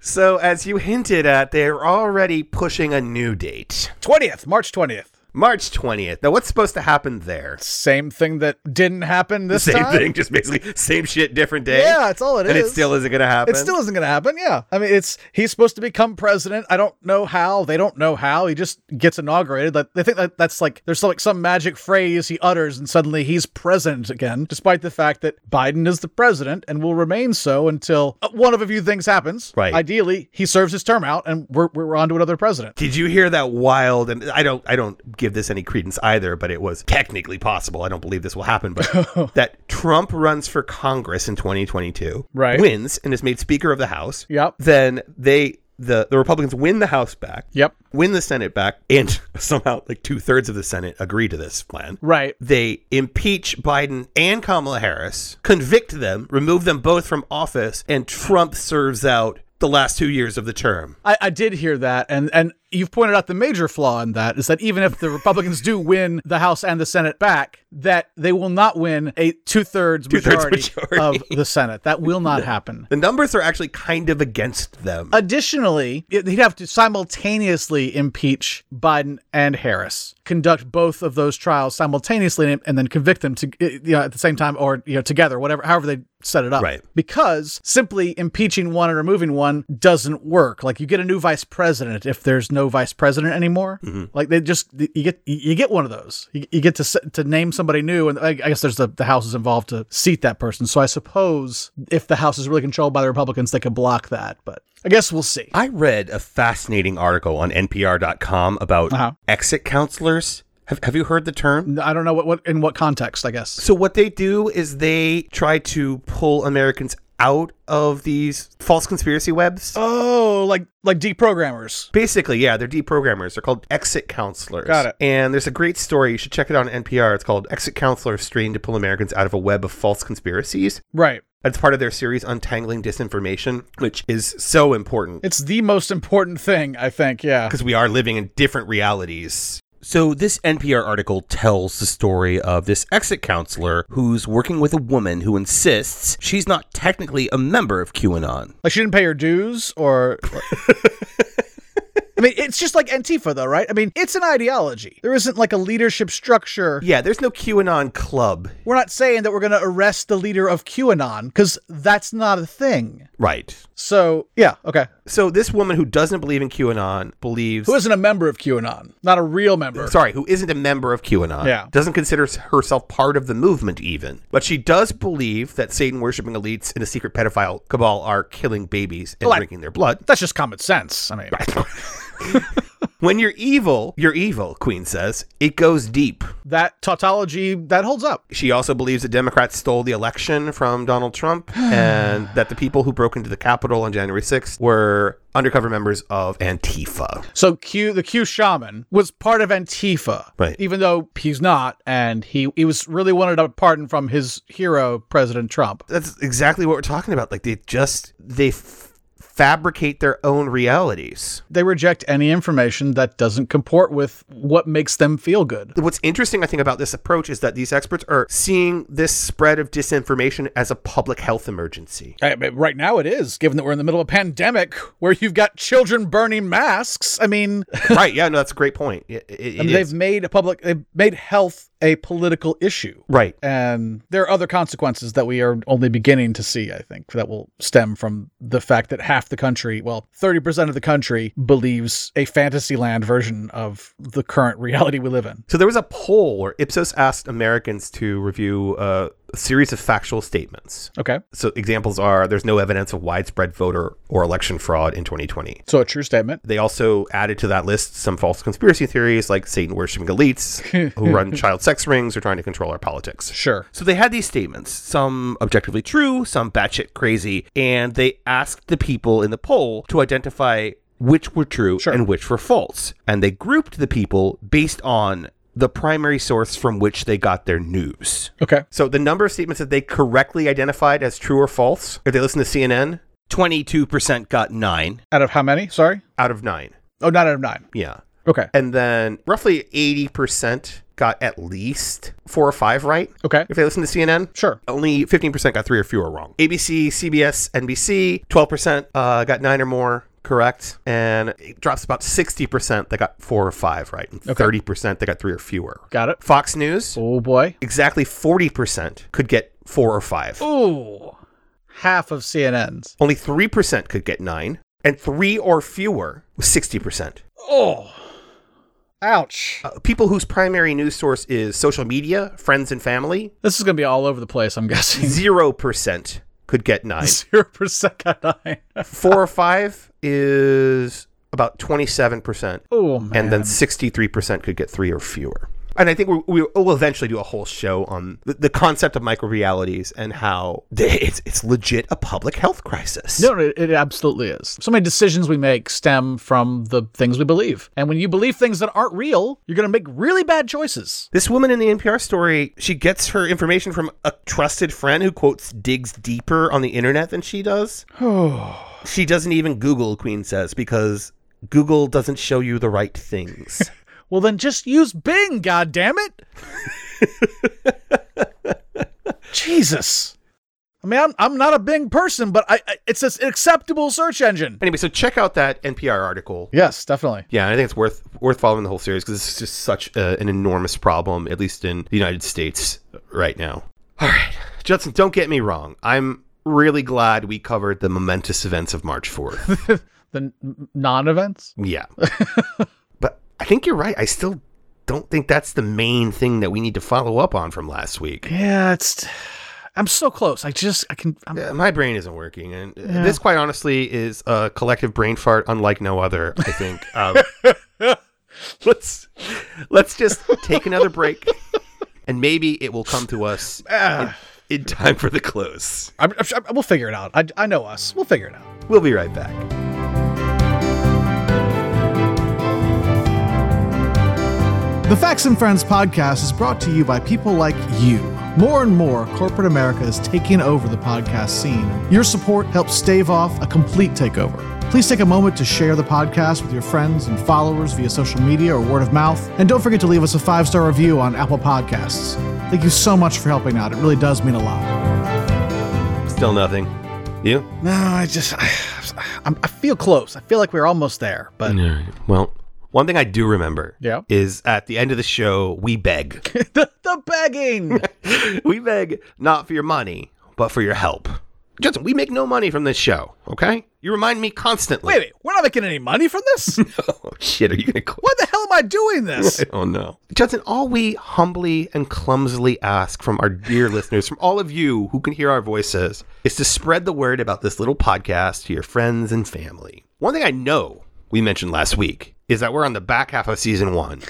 Speaker 4: So, as you hinted at, they're already pushing a new date
Speaker 5: 20th, March 20th.
Speaker 4: March 20th. Now, what's supposed to happen there?
Speaker 5: Same thing that didn't happen this
Speaker 4: Same
Speaker 5: time.
Speaker 4: thing, just basically same shit, different day.
Speaker 5: Yeah, that's all it
Speaker 4: it is. and
Speaker 5: is.
Speaker 4: it still isn't going to happen.
Speaker 5: It still isn't going to happen. Yeah. I mean, it's he's supposed to become president. I don't know how. They don't know how. He just gets inaugurated. Like, They think that that's like there's some, like some magic phrase he utters and suddenly he's president again, despite the fact that Biden is the president and will remain so until uh, one of a few things happens.
Speaker 4: Right.
Speaker 5: Ideally, he serves his term out and we're, we're on to another president.
Speaker 4: Did you hear that wild? And I don't, I don't give this any credence either, but it was technically possible. I don't believe this will happen, but that Trump runs for Congress in 2022,
Speaker 5: Right.
Speaker 4: Wins and is made Speaker of the House.
Speaker 5: Yep.
Speaker 4: Then they, the the Republicans, win the House back.
Speaker 5: Yep.
Speaker 4: Win the Senate back, and somehow like two thirds of the Senate agree to this plan.
Speaker 5: Right.
Speaker 4: They impeach Biden and Kamala Harris, convict them, remove them both from office, and Trump serves out the last two years of the term.
Speaker 5: I, I did hear that, and and you've pointed out the major flaw in that is that even if the Republicans do win the House and the Senate back, that they will not win a two-thirds,
Speaker 4: Two-thirds
Speaker 5: majority,
Speaker 4: majority.
Speaker 5: of the Senate. That will not happen.
Speaker 4: The numbers are actually kind of against them.
Speaker 5: Additionally, it- he'd have to simultaneously impeach Biden and Harris, conduct both of those trials simultaneously, and, and then convict them to eh, you know at the same time or you know together, whatever, however they set it up.
Speaker 4: Right.
Speaker 5: Because simply impeaching one and removing one doesn't work. Like you get a new vice president if there's no vice president anymore. Like they just you get you get one of those. You, you get to s- to name somebody new, and I, I guess there's the the house is involved to seat that person. So I suppose if the house is really controlled by the Republicans, they could block that. But I guess we'll see.
Speaker 4: I read a fascinating article on NPR.com about
Speaker 5: Uh-huh.
Speaker 4: exit counselors. Have, have you heard the term?
Speaker 5: I don't know what, what in what context. I guess.
Speaker 4: So, what they do is they try to pull Americans out of these false conspiracy webs.
Speaker 5: Oh, like like deprogrammers.
Speaker 4: Basically, yeah, they're deprogrammers. They're called exit counselors.
Speaker 5: Got it.
Speaker 4: And there's a great story. You should check it out on NPR. It's called Exit Counselors Strained to Pull Americans Out of a Web of False Conspiracies.
Speaker 5: Right.
Speaker 4: That's part of their series, Untangling Disinformation, which is so important.
Speaker 5: It's the most important thing, I think. Yeah.
Speaker 4: because we are living in different realities. So, this NPR article tells the story of this exit counselor who's working with a woman who insists she's not technically a member of QAnon.
Speaker 5: Like she didn't pay her dues, or. I mean, it's just like Antifa, though, right? I mean, it's an ideology. There isn't like a leadership structure.
Speaker 4: Yeah, there's no QAnon club.
Speaker 5: We're not saying that we're going to arrest the leader of QAnon because that's not a thing.
Speaker 4: Right.
Speaker 5: So, yeah, okay.
Speaker 4: So, this woman who doesn't believe in QAnon believes.
Speaker 5: Who isn't a member of QAnon? Not a real member.
Speaker 4: Sorry, who isn't a member of QAnon.
Speaker 5: Yeah.
Speaker 4: Doesn't consider herself part of the movement, even. But she does believe that Satan worshiping elites and a secret pedophile cabal are killing babies and
Speaker 5: Well, I-
Speaker 4: drinking their blood.
Speaker 5: That's just common sense. I mean,
Speaker 4: When you're evil, you're evil, Queen says. It goes deep.
Speaker 5: that tautology, that holds up.
Speaker 4: She also believes that Democrats stole the election from Donald Trump and that the people who broke into the Capitol on January 6th were undercover members of Antifa.
Speaker 5: So Q, the Q shaman, was part of Antifa,
Speaker 4: Right.
Speaker 5: Even though he's not, and he he was really wanted a pardon from his hero, President Trump.
Speaker 4: That's exactly what we're talking about. Like they just they f- fabricate their own realities.
Speaker 5: They reject any information that doesn't comport with what makes them feel good.
Speaker 4: What's interesting, I think, about this approach is that these experts are seeing this spread of disinformation as a public health emergency.
Speaker 5: I mean, right now it is, given that we're in the middle of a pandemic where you've got children burning masks. I mean,
Speaker 4: right? Yeah, no, that's a great point. It- it-
Speaker 5: I
Speaker 4: it
Speaker 5: mean,
Speaker 4: is.
Speaker 5: they've made a public, they've made health a political issue.
Speaker 4: Right.
Speaker 5: And there are other consequences that we are only beginning to see, I think, that will stem from the fact that half the country, well, 30% of the country believes a fantasy land version of the current reality we live in.
Speaker 4: So there was a poll where Ipsos asked Americans to review uh, a series of factual statements.
Speaker 5: Okay.
Speaker 4: So examples are there's no evidence of widespread voter or election fraud in 2020.
Speaker 5: So a true statement.
Speaker 4: They also added to that list some false conspiracy theories like Satan worshiping elites who run child sex rings or trying to control our politics.
Speaker 5: Sure.
Speaker 4: So they had these statements, some objectively true, some batshit crazy, and they asked the people in the poll to identify which were true and which were false. And they grouped the people based on the primary source from which they got their news.
Speaker 5: Okay.
Speaker 4: So the number of statements that they correctly identified as true or false, if they listen to CNN, 22% got nine
Speaker 5: Out of how many? Sorry?
Speaker 4: out of nine.
Speaker 5: Oh, nine out of nine.
Speaker 4: Yeah.
Speaker 5: Okay.
Speaker 4: And then roughly 80% got at least four or five right.
Speaker 5: Okay.
Speaker 4: If they listen to CNN,
Speaker 5: Sure.
Speaker 4: only 15% got three or fewer wrong. ABC, CBS, NBC, 12% uh, got nine or more correct. And it drops about 60% that got four or five right. And 30% that got three or fewer.
Speaker 5: Got it.
Speaker 4: Fox News,
Speaker 5: Oh, boy.
Speaker 4: exactly 40% could get four or five.
Speaker 5: Ooh. Half of CNN's.
Speaker 4: Only 3% could get nine. And three or fewer was 60%.
Speaker 5: Oh. Ouch.
Speaker 4: Uh, people whose primary news source is social media, friends, and family,
Speaker 5: This is going to be all over the place, I'm guessing.
Speaker 4: 0% could get nine.
Speaker 5: 0% got nine.
Speaker 4: Four or five is about 27%.
Speaker 5: Oh, man.
Speaker 4: and then 63% could get three or fewer. And I think we, we will eventually do a whole show on the, the concept of microrealities and how they, it's, it's legit a public health crisis.
Speaker 5: No, it, it absolutely is. So many decisions we make stem from the things we believe. And when you believe things that aren't real, you're going to make really bad choices.
Speaker 4: This woman in the NPR story, she gets her information from a trusted friend who quotes digs deeper on the internet than she does.
Speaker 5: Oh.
Speaker 4: she doesn't even Google, Queen says, because Google doesn't show you the right things.
Speaker 5: Well, then just use Bing, God damn it! Jesus. I mean, I'm, I'm not a Bing person, but I, I it's an acceptable search engine.
Speaker 4: anyway, so check out that NPR article.
Speaker 5: Yes, definitely.
Speaker 4: Yeah, I think it's worth worth following the whole series because it's just such a, an enormous problem, at least in the United States right now. All right, Judson, don't get me wrong. I'm really glad we covered the momentous events of March 4th.
Speaker 5: The n- non-events.
Speaker 4: Yeah. but I think you're right. I still don't think that's the main thing that we need to follow up on from last week.
Speaker 5: Yeah, it's. I'm so close. I just I can. I'm,
Speaker 4: Uh, My brain isn't working, and uh, this, quite honestly, is a collective brain fart unlike no other. I think. Um, let's let's just take another break, and maybe it will come to us in, in time for the close.
Speaker 5: I'm, I'm, sure- we'll figure it out. I, I know us. We'll figure it out.
Speaker 4: We'll be right back.
Speaker 12: The Facts and Friends podcast is brought to you by people like you. More and more, corporate America is taking over the podcast scene. Your support helps stave off a complete takeover. Please take a moment to share the podcast with your friends and followers via social media or word of mouth. And don't forget to leave us a five star review on Apple Podcasts. Thank you so much for helping out. It really does mean a lot.
Speaker 4: Still nothing. You?
Speaker 5: No, I just I, I'm, I feel close. I feel like we're almost there, but
Speaker 4: Well, one thing I do remember
Speaker 5: Yeah.
Speaker 4: is at the end of the show we beg.
Speaker 5: the, the begging.
Speaker 4: we beg not for your money, but for your help. Judson, we make no money from this show, okay? You remind me constantly.
Speaker 5: Wait, a minute, we're not making any money from this.
Speaker 4: Oh, shit, are you going to quit?
Speaker 5: Why the hell am I doing this?
Speaker 4: Oh, no. Judson, all we humbly and clumsily ask from our dear listeners, from all of you who can hear our voices, is to spread the word about this little podcast to your friends and family. One thing I know we mentioned last week is that we're on the back half of season one.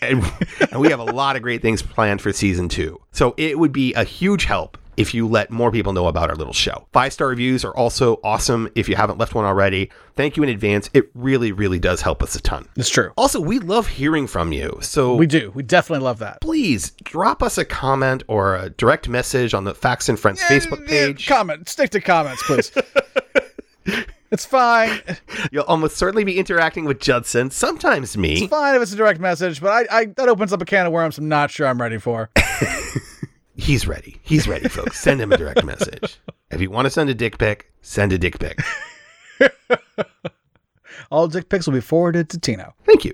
Speaker 4: and, and we have a lot of great things planned for season two. So it would be a huge help if you let more people know about our little show. Five star reviews are also awesome if you haven't left one already. Thank you in advance. It really, really does help us a ton.
Speaker 5: It's true.
Speaker 4: Also, we love hearing from you. So
Speaker 5: We do. We definitely love that.
Speaker 4: please drop us a comment or a direct message on the Facts and Friends Facebook
Speaker 5: Yeah,
Speaker 4: page.
Speaker 5: Comment. Stick to comments, please. It's fine.
Speaker 4: You'll almost certainly be interacting with Judson, sometimes me.
Speaker 5: It's fine if it's a direct message, but I, I that opens up a can of worms I'm not sure I'm ready for.
Speaker 4: He's ready. He's ready, folks. Send him a direct message. If you want to send a dick pic, send a dick pic.
Speaker 5: All dick pics will be forwarded to Tino.
Speaker 4: Thank you.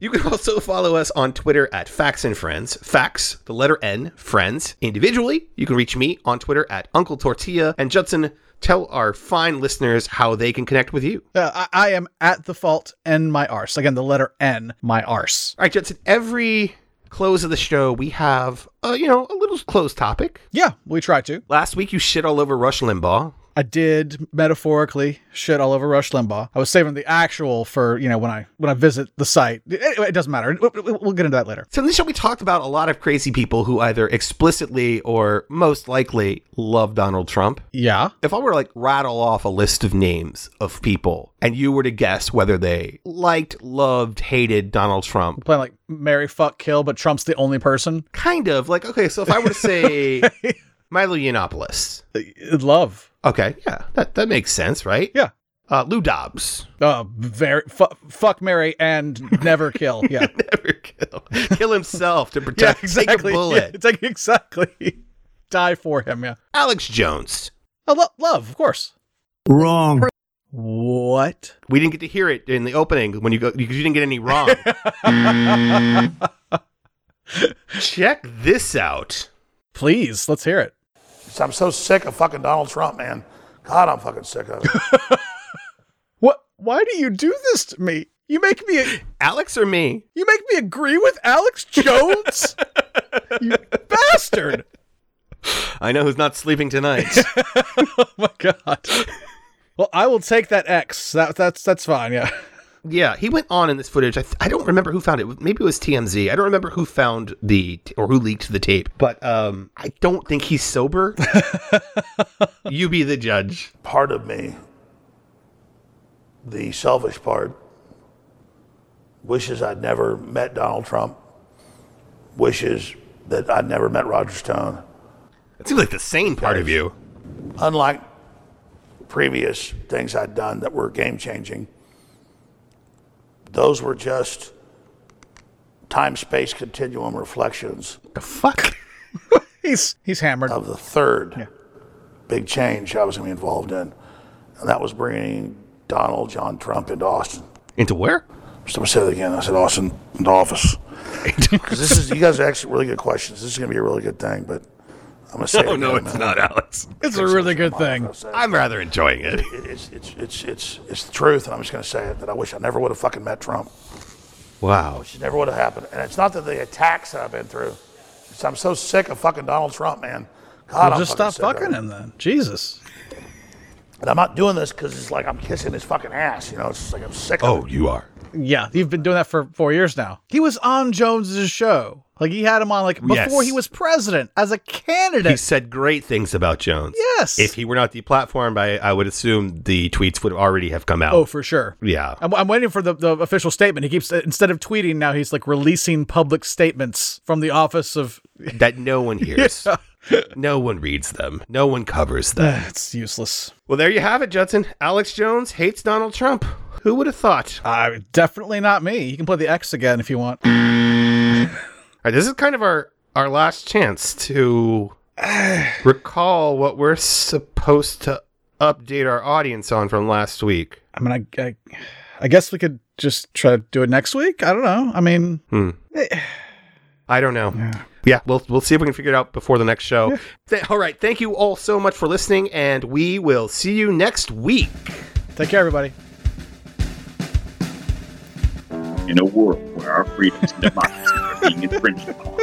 Speaker 4: You can also follow us on Twitter at Facts and Friends. Facts, the letter N, friends. Individually, you can reach me on Twitter at Uncle Tortilla. And Judson, tell our fine listeners how they can connect with you.
Speaker 5: Uh, I, I am at the fault and my arse. Again, the letter N, my arse.
Speaker 4: All right, Judson, every close of the show, we have, uh, you know, a little close topic.
Speaker 5: Yeah, we try to.
Speaker 4: Last week, you shit all over Rush Limbaugh.
Speaker 5: I did metaphorically shit all over Rush Limbaugh. I was saving the actual for you know when I when I visit the site. Anyway, it doesn't matter. We- we- We'll get into that later.
Speaker 4: So in this show, we talked about a lot of crazy people who either explicitly or most likely love Donald Trump.
Speaker 5: Yeah.
Speaker 4: If I were to like rattle off a list of names of people and you were to guess whether they liked, loved, hated Donald Trump,
Speaker 5: Playing like Mary fuck kill, but Trump's the only person.
Speaker 4: kind of like, okay, so if I were to say Milo Yiannopoulos,
Speaker 5: Uh, Love.
Speaker 4: okay, yeah, that, that makes sense, right?
Speaker 5: Yeah.
Speaker 4: Uh, Lou Dobbs,
Speaker 5: Uh, very fu- fuck Mary and never kill. Yeah.
Speaker 4: never kill, kill himself to protect, take a bullet.
Speaker 5: Yeah, it's like- exactly. Die for him. Yeah.
Speaker 4: Alex Jones,
Speaker 5: Oh, lo- love, of course.
Speaker 1: Wrong.
Speaker 5: What?
Speaker 4: we didn't get to hear it in the opening when you go because you didn't get any wrong. Check this out.
Speaker 5: Please, let's hear it.
Speaker 13: I'm so sick of fucking Donald Trump, man. God, I'm fucking sick of it.
Speaker 5: What? Why do you do this to me? You make me.
Speaker 4: Alex or me?
Speaker 5: You make me agree with Alex Jones. you bastard.
Speaker 4: I know who's not sleeping tonight.
Speaker 5: Oh my god. Well, I will take that X. That that's that's fine. Yeah.
Speaker 4: yeah, he went on in this footage. I, th- I don't remember who found it. Maybe it was TMZ. I don't remember who found the t- or who leaked the tape. But um, I don't think he's sober. you be the judge.
Speaker 13: Part of me, the selfish part, wishes I'd never met Donald Trump, wishes that I'd never met Roger Stone.
Speaker 4: It seems like the sane part of you.
Speaker 13: Unlike previous things I'd done that were game changing, those were just time space continuum reflections
Speaker 4: The fuck.
Speaker 5: He's he's hammered.
Speaker 13: of the third big change I was going to be involved in, and that was bringing Donald John Trump into Austin.
Speaker 4: Into where?
Speaker 13: So I'm going to say that again. I said Austin into office because this is you guys are asking really good questions. This is going to be a really good thing, but I'm going to say
Speaker 4: Oh
Speaker 13: it
Speaker 4: no,
Speaker 13: again,
Speaker 4: it's
Speaker 13: man.
Speaker 4: not Alex.
Speaker 5: It's a really good thing.
Speaker 4: I'm rather enjoying it.
Speaker 13: It- It's it's it's it's it's the truth, and I'm just going to say it that I wish I never would have fucking met Trump.
Speaker 4: Wow.
Speaker 13: It never would have happened. And it's not that the attacks that I've been through. It's I'm so sick of fucking Donald Trump, man. God,
Speaker 5: Well,
Speaker 13: I'm
Speaker 5: just
Speaker 13: fucking
Speaker 5: stop
Speaker 13: sick of
Speaker 5: fucking
Speaker 13: it.
Speaker 5: him then. Jesus.
Speaker 13: And I'm not doing this because it's like I'm kissing his fucking ass. You know, it's just like I'm sick. of
Speaker 4: Oh,
Speaker 13: it.
Speaker 4: you are.
Speaker 5: Yeah, you've been doing that for four years now. He was on Jones's show. Like he had him on like before
Speaker 4: Yes.
Speaker 5: he was president as a
Speaker 4: He
Speaker 5: candidate.
Speaker 4: said great things about Jones.
Speaker 5: Yes.
Speaker 4: If he were not deplatformed, I, I would assume the tweets would already have come out.
Speaker 5: oh, for sure.
Speaker 4: yeah.
Speaker 5: I'm, I'm waiting for the, the official statement. He keeps instead of tweeting now he's like releasing public statements from the office of.
Speaker 4: that no one hears. no one reads them. No one covers them.
Speaker 5: That's useless.
Speaker 4: well, there you have it, Judson. Alex Jones hates Donald Trump. Who would have thought? All
Speaker 5: Uh, definitely not me. You can play the X again if you want.
Speaker 4: right, this is kind of our our last chance to recall what we're supposed to update our audience on from last week.
Speaker 5: I mean, I, I, I guess we could just try to do it next week. I don't know. I mean,
Speaker 4: I don't know. Yeah. we'll we'll see if we can figure it out before the next show. Th- all right, thank you all so much for listening, and we will see you next week.
Speaker 5: take care, everybody.
Speaker 14: in a world where our freedoms and democracy are being infringed upon.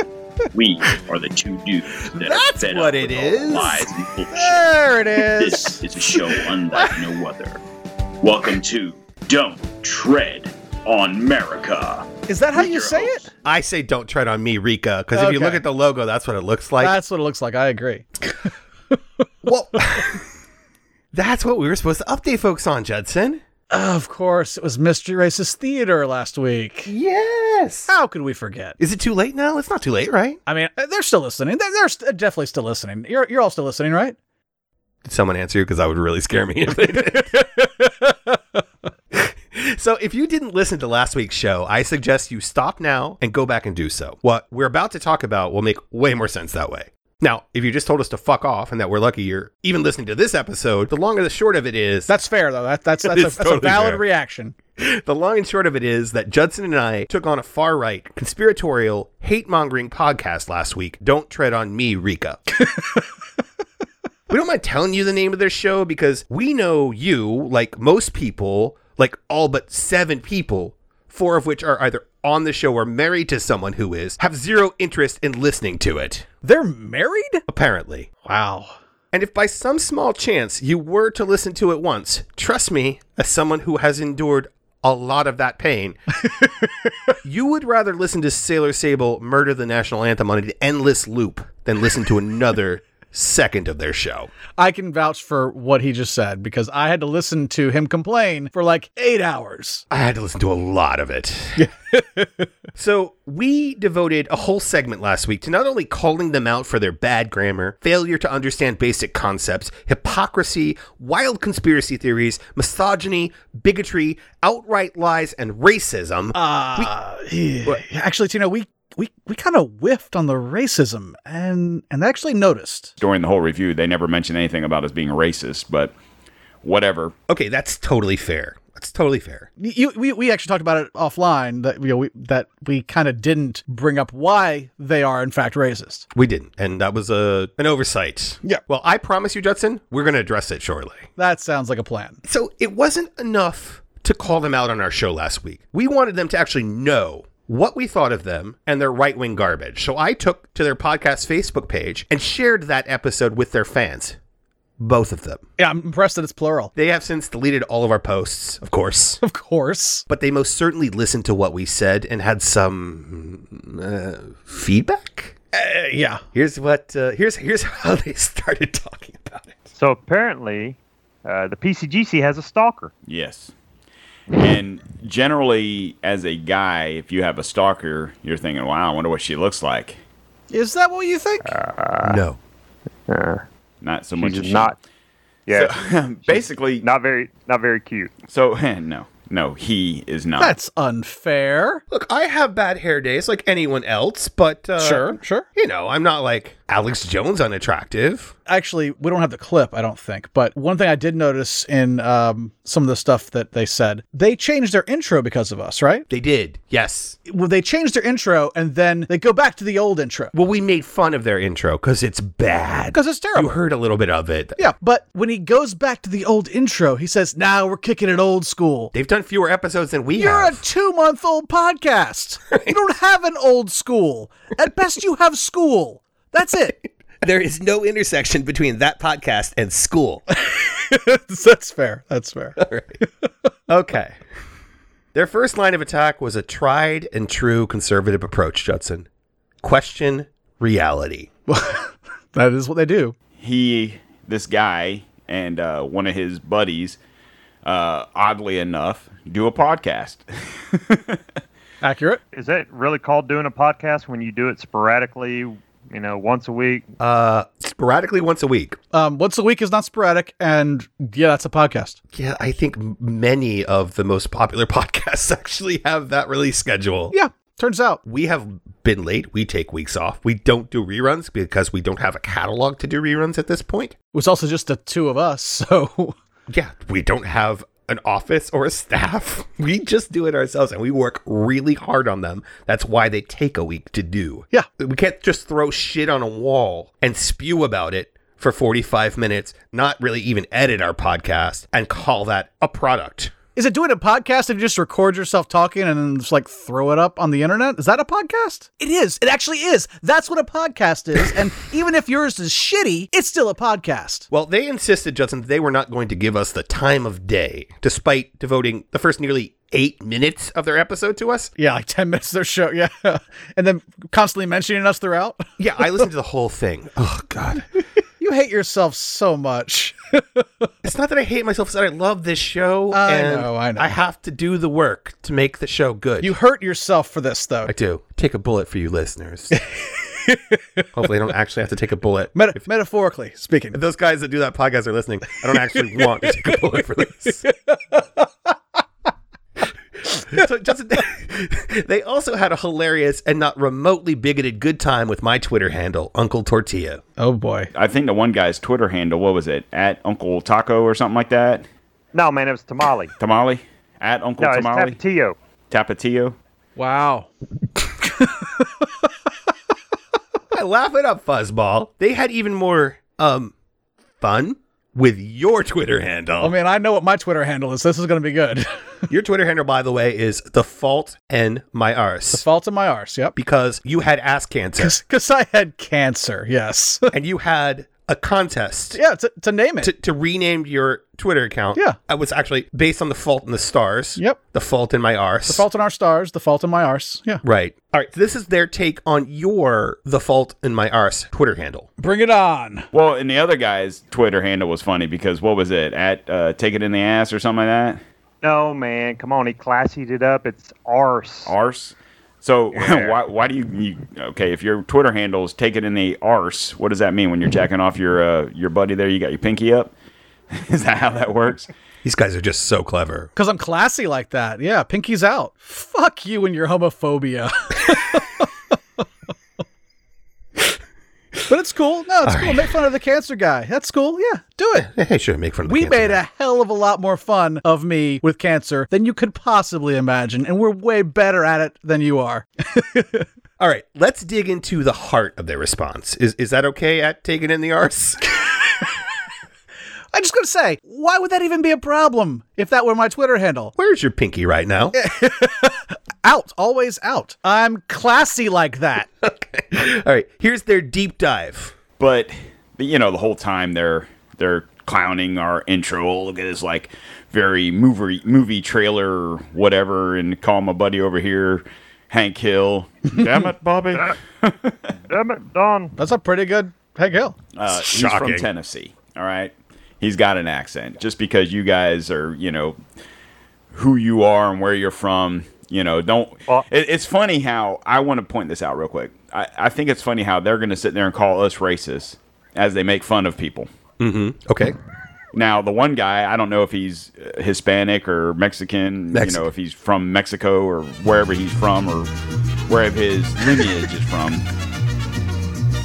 Speaker 14: We are the two dudes that
Speaker 4: That's
Speaker 14: are fed
Speaker 4: what
Speaker 14: up with
Speaker 4: it
Speaker 14: all the
Speaker 4: is.
Speaker 14: lies and bullshit.
Speaker 5: There it is.
Speaker 14: This is a show unlike no other. Welcome to Don't Tread on America.
Speaker 5: Is that how you say it?
Speaker 4: I say don't tread on me, Rika, because if you
Speaker 5: Okay.
Speaker 4: look at the logo, that's what it looks like.
Speaker 5: That's what it looks like. I agree.
Speaker 4: Well, that's what we were supposed to update folks on, Judson.
Speaker 5: Of course, it was Mystery Racist Theater last week.
Speaker 4: Yes.
Speaker 5: How could we forget? uh,
Speaker 4: Is it too late now? It's not too late, right?
Speaker 5: I mean, they're still listening. They're, they're st- definitely still listening. You're, you're all still listening, right?
Speaker 4: Did someone answer you? Because that would really scare me if they did. so, if you didn't listen to last week's show, I suggest you stop now and go back and do so. What we're about to talk about will make way more sense that way. Now, if you just told us to fuck off and that we're lucky you're even listening to this episode, the long and the short of it is
Speaker 5: that's fair though. That, that's that's, a, that's a valid reaction.
Speaker 4: The long and short of it is that Judson and I took on a far right, conspiratorial, hate mongering podcast last week. Don't tread on me, Rika. we don't mind telling you the name of their show because we know you, like most people, like all but seven people, four of which are either on the show or married to someone who is, have zero interest in listening to it.
Speaker 5: They're married?
Speaker 4: Apparently.
Speaker 5: Wow.
Speaker 4: And if by some small chance you were to listen to it once, trust me, as someone who has endured a lot of that pain, you would rather listen to Sailor Sable murder the national anthem on an endless loop than listen to another second of their show.
Speaker 5: I can vouch for what he just said because I had to listen to him complain for like eight hours.
Speaker 4: I had to listen to a lot of it. so, we devoted a whole segment last week to not only calling them out for their bad grammar, failure to understand basic concepts, hypocrisy, wild conspiracy theories, misogyny, bigotry, outright lies, and racism.
Speaker 5: Uh, actually, Tino, we we we kind of whiffed on the racism and and actually noticed.
Speaker 15: During the whole review, they never mentioned anything about us being racist, but whatever.
Speaker 4: Okay, that's totally fair. That's totally fair.
Speaker 5: You, we, we actually talked about it offline that you know, we that we kind of didn't bring up why they are in fact racist.
Speaker 4: We didn't, and that was a an oversight.
Speaker 5: Yeah.
Speaker 4: Well, I promise you, Judson, we're going to address it shortly.
Speaker 5: That sounds like a plan.
Speaker 4: So it wasn't enough to call them out on our show last week. We wanted them to actually know what we thought of them and their right wing garbage. So I took to their podcast Facebook page and shared that episode with their fans. Both of them.
Speaker 5: Yeah, I'm impressed that it's plural.
Speaker 4: They have since deleted all of our posts, of course.
Speaker 5: Of course.
Speaker 4: But they most certainly listened to what we said and had some uh, feedback.
Speaker 5: Uh, yeah.
Speaker 4: Here's what. Uh, here's here's how they started talking about it.
Speaker 16: So apparently, uh, the PCGC has a stalker.
Speaker 15: Yes. And generally, as a guy, if you have a stalker, you're thinking, "Wow, I wonder what she looks like."
Speaker 5: Is that what you think?
Speaker 4: Uh, no,
Speaker 15: uh, not so much.
Speaker 16: She's not. Yeah, so,
Speaker 15: basically,
Speaker 16: not very, not very cute.
Speaker 15: So no, no, he is not.
Speaker 5: That's unfair.
Speaker 4: Look, I have bad hair days like anyone else, but uh,
Speaker 5: sure, sure.
Speaker 4: You know, I'm not like Alex Jones unattractive.
Speaker 5: Actually, we don't have the clip, I don't think. But one thing I did notice in um, some of the stuff that they said, they changed their intro because of us, right?
Speaker 4: They did, yes.
Speaker 5: Well, they changed their intro and then they go back to the old intro.
Speaker 4: Well, we made fun of their intro because it's bad.
Speaker 5: Because it's terrible.
Speaker 4: You heard a little bit of it.
Speaker 5: Yeah, but when he goes back to the old intro, he says, now nah, we're kicking it old school.
Speaker 4: They've done fewer episodes than we
Speaker 5: You're
Speaker 4: have.
Speaker 5: You're a two month old podcast. you don't have an old school. At best, you have school. That's it.
Speaker 4: there is no intersection between that podcast and school.
Speaker 5: That's fair. That's fair.
Speaker 4: Right. okay. Their first line of attack was a tried and true conservative approach, Judson. Question reality.
Speaker 5: that is what they do.
Speaker 15: He, this guy, and uh, one of his buddies, uh, oddly enough, do a podcast.
Speaker 5: Accurate.
Speaker 16: Is that really called doing a podcast when you do it sporadically you know, once a week?
Speaker 4: Uh, sporadically once a week.
Speaker 5: Um, once a week is not sporadic, and yeah, that's a podcast.
Speaker 4: Yeah, I think many of the most popular podcasts actually have that release schedule.
Speaker 5: Yeah, turns out
Speaker 4: we have been late. We take weeks off. We don't do reruns because we don't have a catalog to do reruns at this point. It
Speaker 5: was also just the two of us, so
Speaker 4: yeah, we don't have an office or a staff. We just do it ourselves and we work really hard on them. That's why they take a week to do.
Speaker 5: Yeah.
Speaker 4: We can't just throw shit on a wall and spew about it for 45 minutes, not really even edit our podcast and call that a product.
Speaker 5: Is it doing a podcast and you just record yourself talking and then just like throw it up on the internet? Is that a podcast? It is. It actually is. That's what a podcast is. and even if yours is shitty, it's still a podcast.
Speaker 4: Well, they insisted, Judson, they were not going to give us the time of day, despite devoting the first nearly eight minutes of their episode to us.
Speaker 5: Yeah, like 10 minutes of their show. Yeah. and then constantly mentioning us throughout.
Speaker 4: yeah, I listened to the whole thing. Oh, God.
Speaker 5: You hate yourself so much.
Speaker 4: it's not that I hate myself, it's that I love this show.
Speaker 5: I know, I know.
Speaker 4: I have to do the work to make the show good.
Speaker 5: You hurt yourself for this, though.
Speaker 4: I do. Take a bullet for you listeners. Hopefully, I don't actually have to take a bullet.
Speaker 5: metaphorically speaking,
Speaker 4: if those guys that do that podcast are listening, I don't actually want to take a bullet for this. so Justin, they also had a hilarious and not remotely bigoted good time with my Twitter handle, Uncle Tortilla.
Speaker 5: Oh boy!
Speaker 15: I think the one guy's Twitter handle, what was it? At Uncle Taco or something like that.
Speaker 16: No, man, it was Tamale.
Speaker 15: Tamale. At Uncle
Speaker 16: No, it's
Speaker 15: Tamale.
Speaker 16: Tapatio.
Speaker 15: Tapatio.
Speaker 5: Wow.
Speaker 4: I laugh it up, Fuzzball. They had even more um fun with your Twitter handle.
Speaker 5: Oh man, I know what my Twitter handle is. This is going to be good.
Speaker 4: Your Twitter handle, by the way, is the fault and my arse. The
Speaker 5: fault in my arse. Yep.
Speaker 4: Because you had ass cancer.
Speaker 5: Because I had cancer. Yes.
Speaker 4: and you had a contest.
Speaker 5: Yeah, to, to name it.
Speaker 4: To, to rename your Twitter account. Yeah. I was actually based on the fault in the stars. Yep. The fault in my arse.
Speaker 5: the fault in our stars. The fault in my arse. Yeah.
Speaker 4: Right. All right. This is their take on your the fault in my arse Twitter handle.
Speaker 5: Bring it on.
Speaker 15: Well, and the other guy's Twitter handle was funny because what was it? At uh, Take It in the Ass or something like that?
Speaker 16: No, man, come on. He classied it up. It's arse.
Speaker 15: Arse. So why, why do you, you okay if your Twitter handle is take it in the arse? What does that mean when you're jacking off your uh, your buddy there? You got your pinky up? is that how that works?
Speaker 4: These guys are just so clever.
Speaker 5: Because I'm classy like that. Yeah. Pinky's out. Fuck you and your homophobia. but it's cool. No, it's cool. Make fun of the cancer guy. That's cool. Yeah. Do it.
Speaker 4: Hey, should I make fun of the
Speaker 5: we
Speaker 4: cancer
Speaker 5: made a hell of a lot more fun of me with cancer than you could possibly imagine, and we're way better at it than you are.
Speaker 4: All right, let's dig into the heart of their response. Is is that okay at taking in the arse?
Speaker 5: I just gotta say, why would that even be a problem if that were my Twitter handle?
Speaker 4: Where's your pinky right now?
Speaker 5: Out, always out. I'm classy like that.
Speaker 4: All right, here's their deep dive.
Speaker 15: But you know, the whole time they're they're clowning our intro. Oh, Look at this like very movie movie trailer or whatever, and call my buddy over here, Hank Hill. Damn it, Bobby.
Speaker 16: Damn it, Don.
Speaker 5: That's a pretty good Hank Hill.
Speaker 15: Uh, he's
Speaker 5: Shocking.
Speaker 15: from Tennessee. All right, he's got an accent. Just because you guys are, you know, who you are and where you're from, you know, don't.
Speaker 16: Uh,
Speaker 15: it, it's funny how I want to point this out real quick. I, I think it's funny how they're going to sit there and call us racist as they make fun of people.
Speaker 4: Mm-hmm. Okay.
Speaker 15: Now, the one guy, I don't know if he's uh, Hispanic or Mexican,
Speaker 4: Mexican.
Speaker 15: you know, if he's from Mexico or wherever he's from or wherever his lineage is from.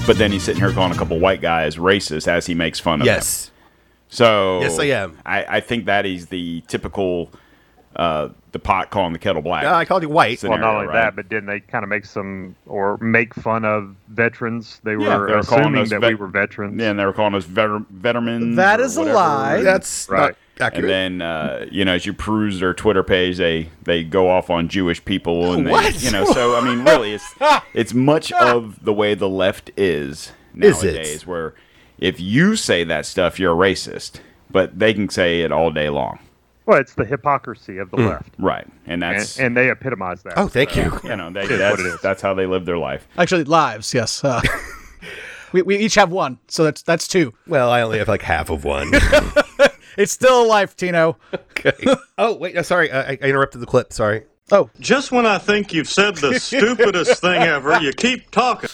Speaker 15: But then he's sitting here calling a couple white guys racist as he makes fun of
Speaker 4: Yes.
Speaker 15: them. So
Speaker 4: Yes, I am.
Speaker 15: I, I think that is the typical uh, the pot calling the kettle black.
Speaker 16: Well, not
Speaker 15: scenario,
Speaker 16: only
Speaker 15: right?
Speaker 16: that, but didn't they kind of make some or make fun of veterans? They were
Speaker 15: Yeah, they were calling
Speaker 16: assuming
Speaker 15: us
Speaker 16: that
Speaker 15: vet-
Speaker 16: we were veterans.
Speaker 15: Yeah, and they were calling us veter- veterans.
Speaker 5: That
Speaker 15: or
Speaker 5: is a
Speaker 15: whatever.
Speaker 5: lie. That's
Speaker 15: right.
Speaker 5: not accurate.
Speaker 15: And then uh, you know, as you peruse their Twitter page, they they go off on Jewish people and they,
Speaker 5: What?
Speaker 15: you know. So I mean, really, it's it's much
Speaker 16: Ah.
Speaker 15: of the way the left is
Speaker 4: Is it?
Speaker 15: nowadays, where if you say that stuff, you're a racist, but they can say it all day long.
Speaker 16: Well, it's the hypocrisy of the
Speaker 15: Mm.
Speaker 16: left,
Speaker 15: Right, and
Speaker 16: and,
Speaker 15: that's
Speaker 16: and they epitomize
Speaker 4: Oh,
Speaker 16: that.
Speaker 15: you. You know, they,
Speaker 16: It is
Speaker 15: that's
Speaker 16: what it is.
Speaker 15: that's how they live their life.
Speaker 5: Actually, lives, yes. Uh, we, we each have one, so that's that's two.
Speaker 4: Well, I only have like half of one.
Speaker 5: It's still a life, Tino.
Speaker 4: okay. Oh wait, no, sorry, I, I interrupted the clip. Sorry.
Speaker 5: Oh,
Speaker 17: Just when I think you've said the stupidest thing ever, you keep talking.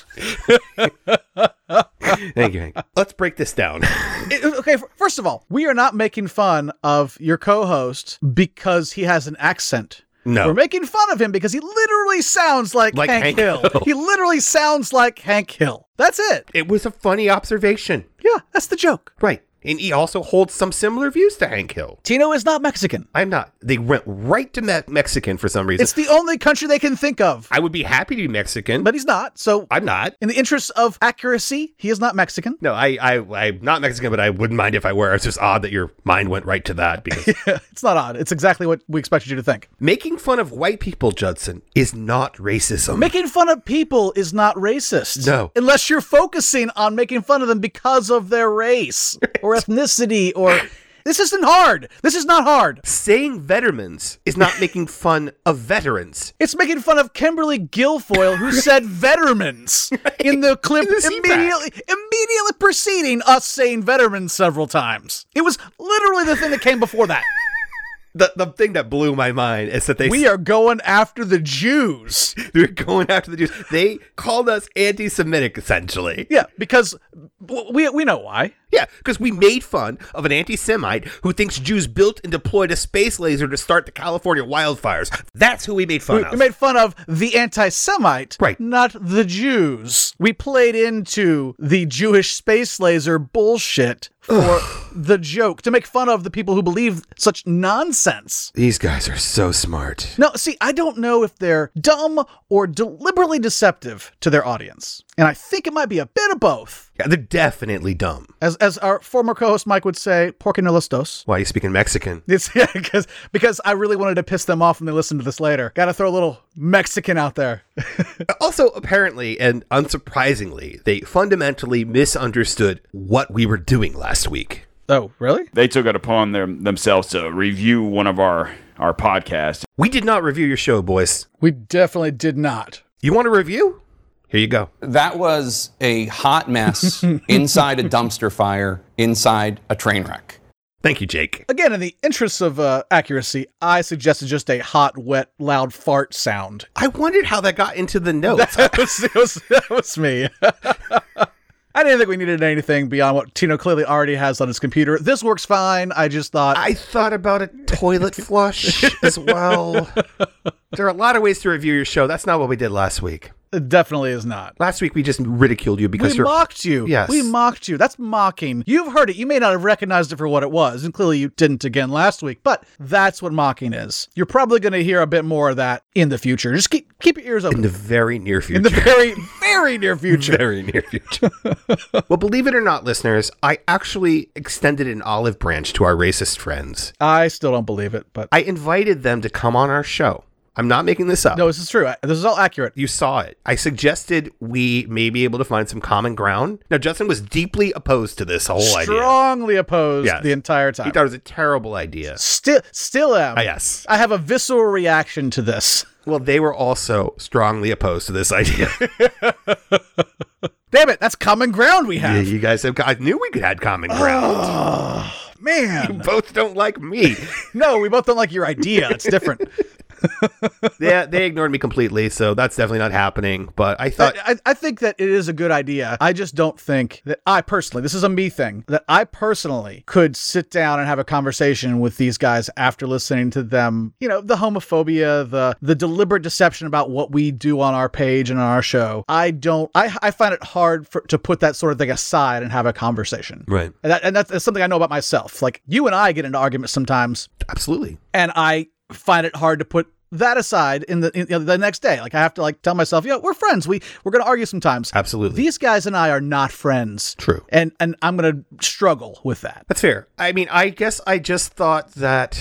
Speaker 4: thank you, Hank. Let's break this down.
Speaker 5: It- okay, f- first of all, we are not making fun of your co-host because he has an accent.
Speaker 4: No.
Speaker 5: We're making fun of him because he literally sounds like,
Speaker 4: Like
Speaker 5: Hank,
Speaker 4: Hank
Speaker 5: Hill.
Speaker 4: Hill.
Speaker 5: He literally sounds like Hank Hill. That's it.
Speaker 4: It was a funny observation.
Speaker 5: Yeah, that's the joke.
Speaker 4: Right. And he also holds some similar views to Hank Hill.
Speaker 5: Tino is not Mexican.
Speaker 4: I'm not. They went right to me- Mexican for some reason.
Speaker 5: It's the only country they can think of.
Speaker 4: I would be happy to be Mexican,
Speaker 5: But he's not, so
Speaker 4: I'm not.
Speaker 5: in the interest of accuracy, he is not Mexican.
Speaker 4: No, I, I, I'm not Mexican, but I wouldn't mind if I were. It's just odd that your mind went right to that because
Speaker 5: It's not odd. It's exactly what we expected you to think.
Speaker 4: making fun of white people, Judson, is not racism.
Speaker 5: Making fun of people is not racist.
Speaker 4: No.
Speaker 5: Unless you're focusing on making fun of them because of their race or ethnicity or. This isn't hard. This is not hard.
Speaker 4: Saying veterans is not making fun of veterans.
Speaker 5: It's making fun of Kimberly Guilfoyle, who said veterans in the clip
Speaker 4: In the CPAC.
Speaker 5: immediately immediately preceding us saying veterans several times. It was literally the thing that came before that.
Speaker 4: the, the thing that blew my mind is that they
Speaker 5: We are going after the Jews.
Speaker 4: They're going after the Jews. They called us anti-Semitic, essentially.
Speaker 5: Yeah, because we we know why.
Speaker 4: Yeah, because we made fun of an anti-Semite who thinks Jews built and deployed a space laser to start the California wildfires. That's who we made fun
Speaker 5: We,
Speaker 4: of.
Speaker 5: we made fun of the anti Semite, right. not the Jews. We played into the Jewish space laser bullshit for the joke to make fun of the people who believe such nonsense.
Speaker 4: These guys are so smart.
Speaker 5: No, see, I don't know if they're dumb or deliberately deceptive to their audience. And I think it might be a bit of both.
Speaker 4: Yeah, they're definitely dumb.
Speaker 5: As, as our former co host Mike would say, porque no los dos.
Speaker 4: Why are you speaking Mexican?
Speaker 5: It's yeah, because because I really wanted to piss them off when they listen to this later. Got to throw a little Mexican out there.
Speaker 4: also, apparently and unsurprisingly, they fundamentally misunderstood what we were doing last week.
Speaker 5: Oh, really?
Speaker 15: They took it upon them, themselves to review one of our our podcasts.
Speaker 4: We did not review your show, boys.
Speaker 5: We definitely did not.
Speaker 4: You want a review? Here you go.
Speaker 18: That was a hot mess inside a dumpster fire, inside a train wreck.
Speaker 4: Thank you, Jake.
Speaker 5: Again, in the interest of uh, accuracy, I suggested just a hot, wet, loud fart sound.
Speaker 4: I wondered how that got into the notes.
Speaker 5: That was, it was, that was me. I didn't think we needed anything beyond what Tino clearly already has on his computer. This works fine. I just thought.
Speaker 4: I thought about a toilet flush as well. There are a lot of ways to review your show. That's not what we did last week.
Speaker 5: It definitely is not.
Speaker 4: Last week we just ridiculed you because
Speaker 5: we
Speaker 4: you're
Speaker 5: mocked you.
Speaker 4: Yes.
Speaker 5: We mocked you. That's mocking. You've heard it. You may not have recognized it for what it was, and clearly you didn't again last week, but that's what mocking is. You're probably going to hear a bit more of that in the future. Just keep keep your ears open.
Speaker 4: in the very near future.
Speaker 5: In the very, very near future.
Speaker 4: Very near future. well, believe it or not, listeners, I actually extended an olive branch to our racist friends.
Speaker 5: I still don't believe it, but
Speaker 4: I invited them to come on our show. I'm not making this up.
Speaker 5: no, this is true. I- This is all accurate.
Speaker 4: You saw it. I suggested we may be able to find some common ground. Now, Justin was deeply opposed to this whole idea.
Speaker 5: Strongly opposed
Speaker 4: Yes.
Speaker 5: the entire time.
Speaker 4: He thought it was a terrible idea.
Speaker 5: still, still am.
Speaker 4: Ah, yes.
Speaker 5: I have a visceral reaction to this.
Speaker 4: Well, they were also strongly opposed to this idea.
Speaker 5: Damn it! That's common ground we
Speaker 4: yeah,
Speaker 5: have.
Speaker 4: you guys have. I knew we could had common ground.
Speaker 5: Ah, Man,
Speaker 4: You both don't like me.
Speaker 5: no, we both don't like your idea. It's different.
Speaker 4: they, they ignored me completely, so that's definitely not happening. But I thought
Speaker 5: I, I- I think that it is a good idea. I just don't think that I personally, this is a me thing, that I personally could sit down and have a conversation with these guys after listening to them. You know, the homophobia, the the deliberate deception about what we do on our page and on our show. I don't. I I find it hard for, to put that sort of thing aside and have a conversation.
Speaker 4: Right.
Speaker 5: And, that, and that's, that's something I know about myself. Like you and I get into arguments sometimes,
Speaker 4: absolutely.
Speaker 5: and I find it hard to put that aside in the in, you know, the next day. Like I have to like tell myself, you know, we're friends. We we're gonna argue sometimes.
Speaker 4: Absolutely.
Speaker 5: These guys and I are not friends.
Speaker 4: True.
Speaker 5: And and I'm gonna struggle with that.
Speaker 4: That's fair. I mean, I guess I just thought that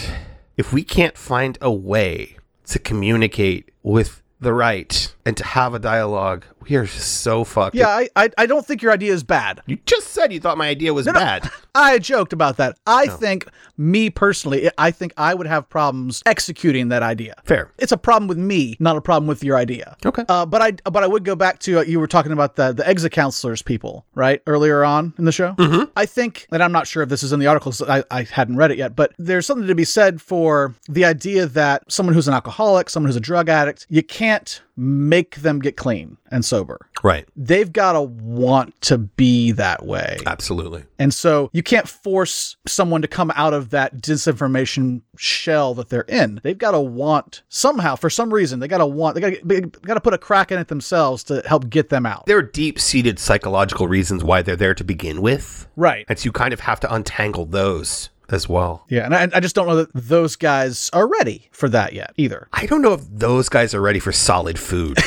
Speaker 4: if we can't find a way to communicate with the right and to have a dialogue, we are just so fucked.
Speaker 5: Yeah, I, I I don't think your idea is bad.
Speaker 4: You just said you thought my idea was bad.
Speaker 5: I joked about that. I think me personally, I think I would have problems executing that idea.
Speaker 4: Fair.
Speaker 5: It's a problem with me, not a problem with your idea.
Speaker 4: Okay.
Speaker 5: Uh, but I but I would go back to uh, you were talking about the the exit counselors people right earlier on in the show. Mm-hmm. I think, and I'm not sure if this is in the articles. I, I hadn't read it yet, but there's something to be said for the idea that someone who's an alcoholic, someone who's a drug addict, you can't make them get clean and sober.
Speaker 4: Right.
Speaker 5: They've got to want to be that way.
Speaker 4: Absolutely.
Speaker 5: And so you can't force someone to come out of that disinformation shell that they're in. They've got to want somehow, for some reason, they got to want, they got to put a crack in it themselves to help get them out.
Speaker 4: There are deep seated psychological reasons why they're there to begin with.
Speaker 5: Right.
Speaker 4: And so you kind of have to untangle those as well.
Speaker 5: Yeah. And I, I just don't know that those guys are ready for that yet either.
Speaker 4: I don't know if those guys are ready for solid food.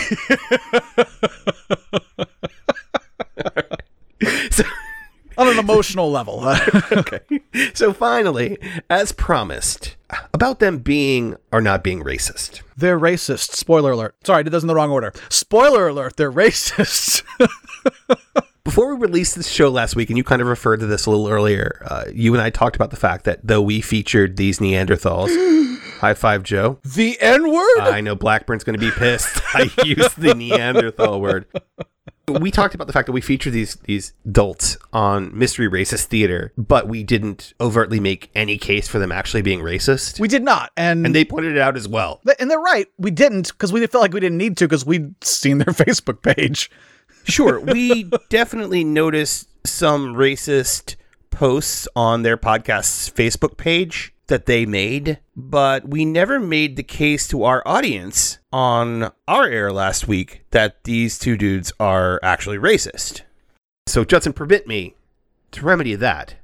Speaker 5: On an emotional level.
Speaker 4: okay. So finally, as promised, about them being or not being racist.
Speaker 5: They're racist. Spoiler alert. Sorry, I did those in the wrong order. Spoiler alert. They're racist.
Speaker 4: Before we released this show last week, and you kind of referred to this a little earlier, uh, you and I talked about the fact that though we featured these Neanderthals, high five, Joe.
Speaker 5: the N word?
Speaker 4: Uh, I know Blackburn's going to be pissed. I used the Neanderthal word. we talked about the fact that we feature these these dolts on mystery racist theater, but we didn't overtly make any case for them actually being racist.
Speaker 5: We did not, and
Speaker 4: and they pointed it out as well.
Speaker 5: Th- And they're right. We didn't because we felt like we didn't need to because we'd seen their Facebook page.
Speaker 4: Sure, we definitely noticed some racist posts on their podcast's Facebook page that they made, but we never made the case to our audience on our air last week that these two dudes are actually racist. So, Judson, permit me to remedy that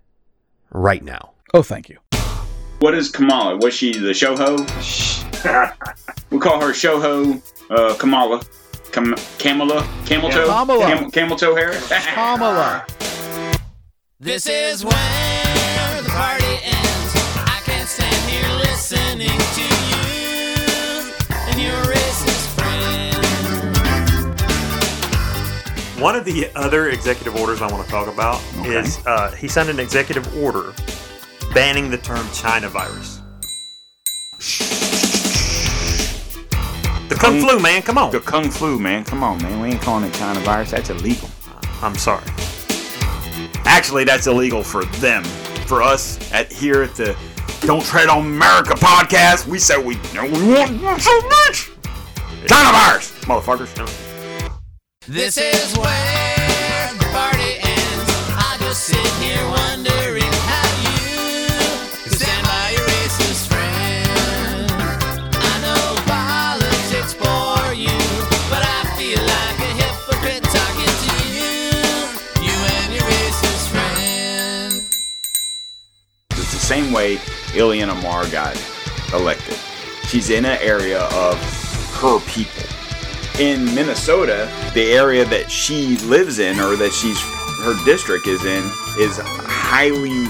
Speaker 4: right now.
Speaker 5: Oh, thank you.
Speaker 15: What is Kamala? Was she the show ho? we call her show ho uh, Kamala. Kam- Kamala? Camel toe?
Speaker 5: Kamala.
Speaker 15: Cam- camel toe hair?
Speaker 5: Kamala.
Speaker 19: This is where the party ends. I can't stand here listening to you and your racist friend.
Speaker 17: One of the other executive orders I want to talk about is uh, he signed an executive order banning the term China virus. The Kung Flu, man, come on.
Speaker 15: The Kung Flu, man, come on, man. We ain't calling it China virus. That's illegal.
Speaker 17: I'm sorry. Actually, that's illegal for them. For us at here at the Don't Tread on America podcast, we say we no, we want so much China virus, motherfuckers. No.
Speaker 19: This is where the party ends. I just sit here wondering how you stand by your racist friend. I know politics bore you, but I feel like a hypocrite talking to you, you and your racist friend.
Speaker 15: It's the same way Ilhan Omar got elected. She's in an area of her people. In Minnesota, the area that she lives in or that she's her district is in is highly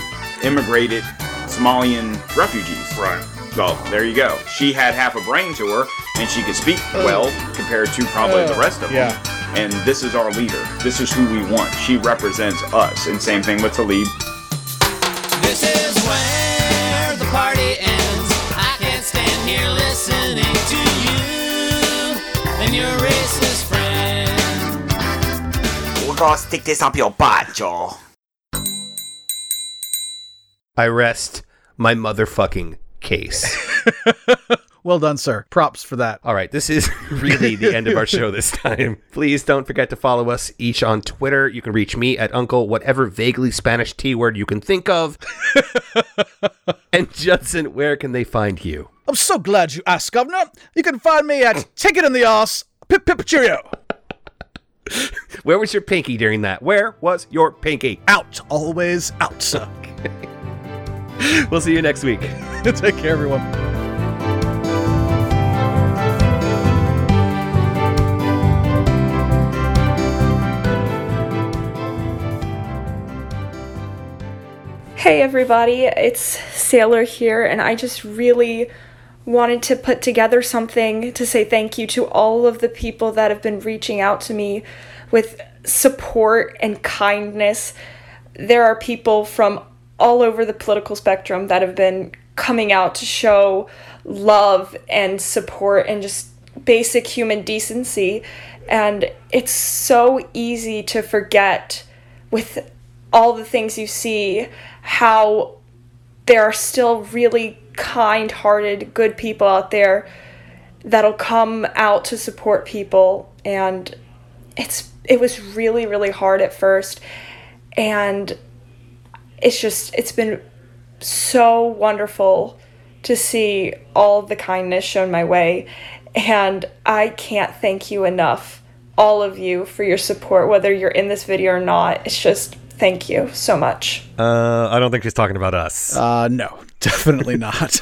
Speaker 15: immigrated Somalian refugees. Right. Well, there you go. She had half a brain to her, and she could speak
Speaker 5: Ugh.
Speaker 15: well compared to probably the
Speaker 5: Ugh.
Speaker 15: rest of
Speaker 5: Yeah.
Speaker 15: them and this is our leader. This is who we want. She represents us. And same thing with Talib.
Speaker 19: This is where the party ends. I can't stand here listening to you and your racist friend.
Speaker 20: We're gonna stick this up your butt, y'all.
Speaker 4: I rest my motherfucking case.
Speaker 5: Well done, sir. Props for that.
Speaker 4: All right, this is really the end of our show this time. Please don't forget to follow us each on Twitter. You can reach me at Uncle whatever vaguely Spanish T word you can think of. and Judson, where can they find you?
Speaker 5: I'm so glad you asked, Governor. You can find me at Ticket in the Arse, Pip Pip Cheerio.
Speaker 4: Where was your pinky during that? Where was your pinky?
Speaker 5: Out, always out, sir.
Speaker 4: we'll see you next week.
Speaker 5: Take care, everyone.
Speaker 21: Hey everybody, it's Sailor here, and I just really wanted to put together something to say thank you to all of the people that have been reaching out to me with support and kindness. There are people from all over the political spectrum that have been coming out to show love and support and just basic human decency, and it's so easy to forget with all the things you see, how there are still really kind hearted, good people out there that'll come out to support people. And it's it was really, really hard at first. And it's just it's been so wonderful to see all the kindness shown my way. And I can't thank you enough, all of you, for your support, whether you're in this video or not. It's just thank you so much.
Speaker 3: Uh, I don't think she's talking about us.
Speaker 5: Uh, no, definitely not.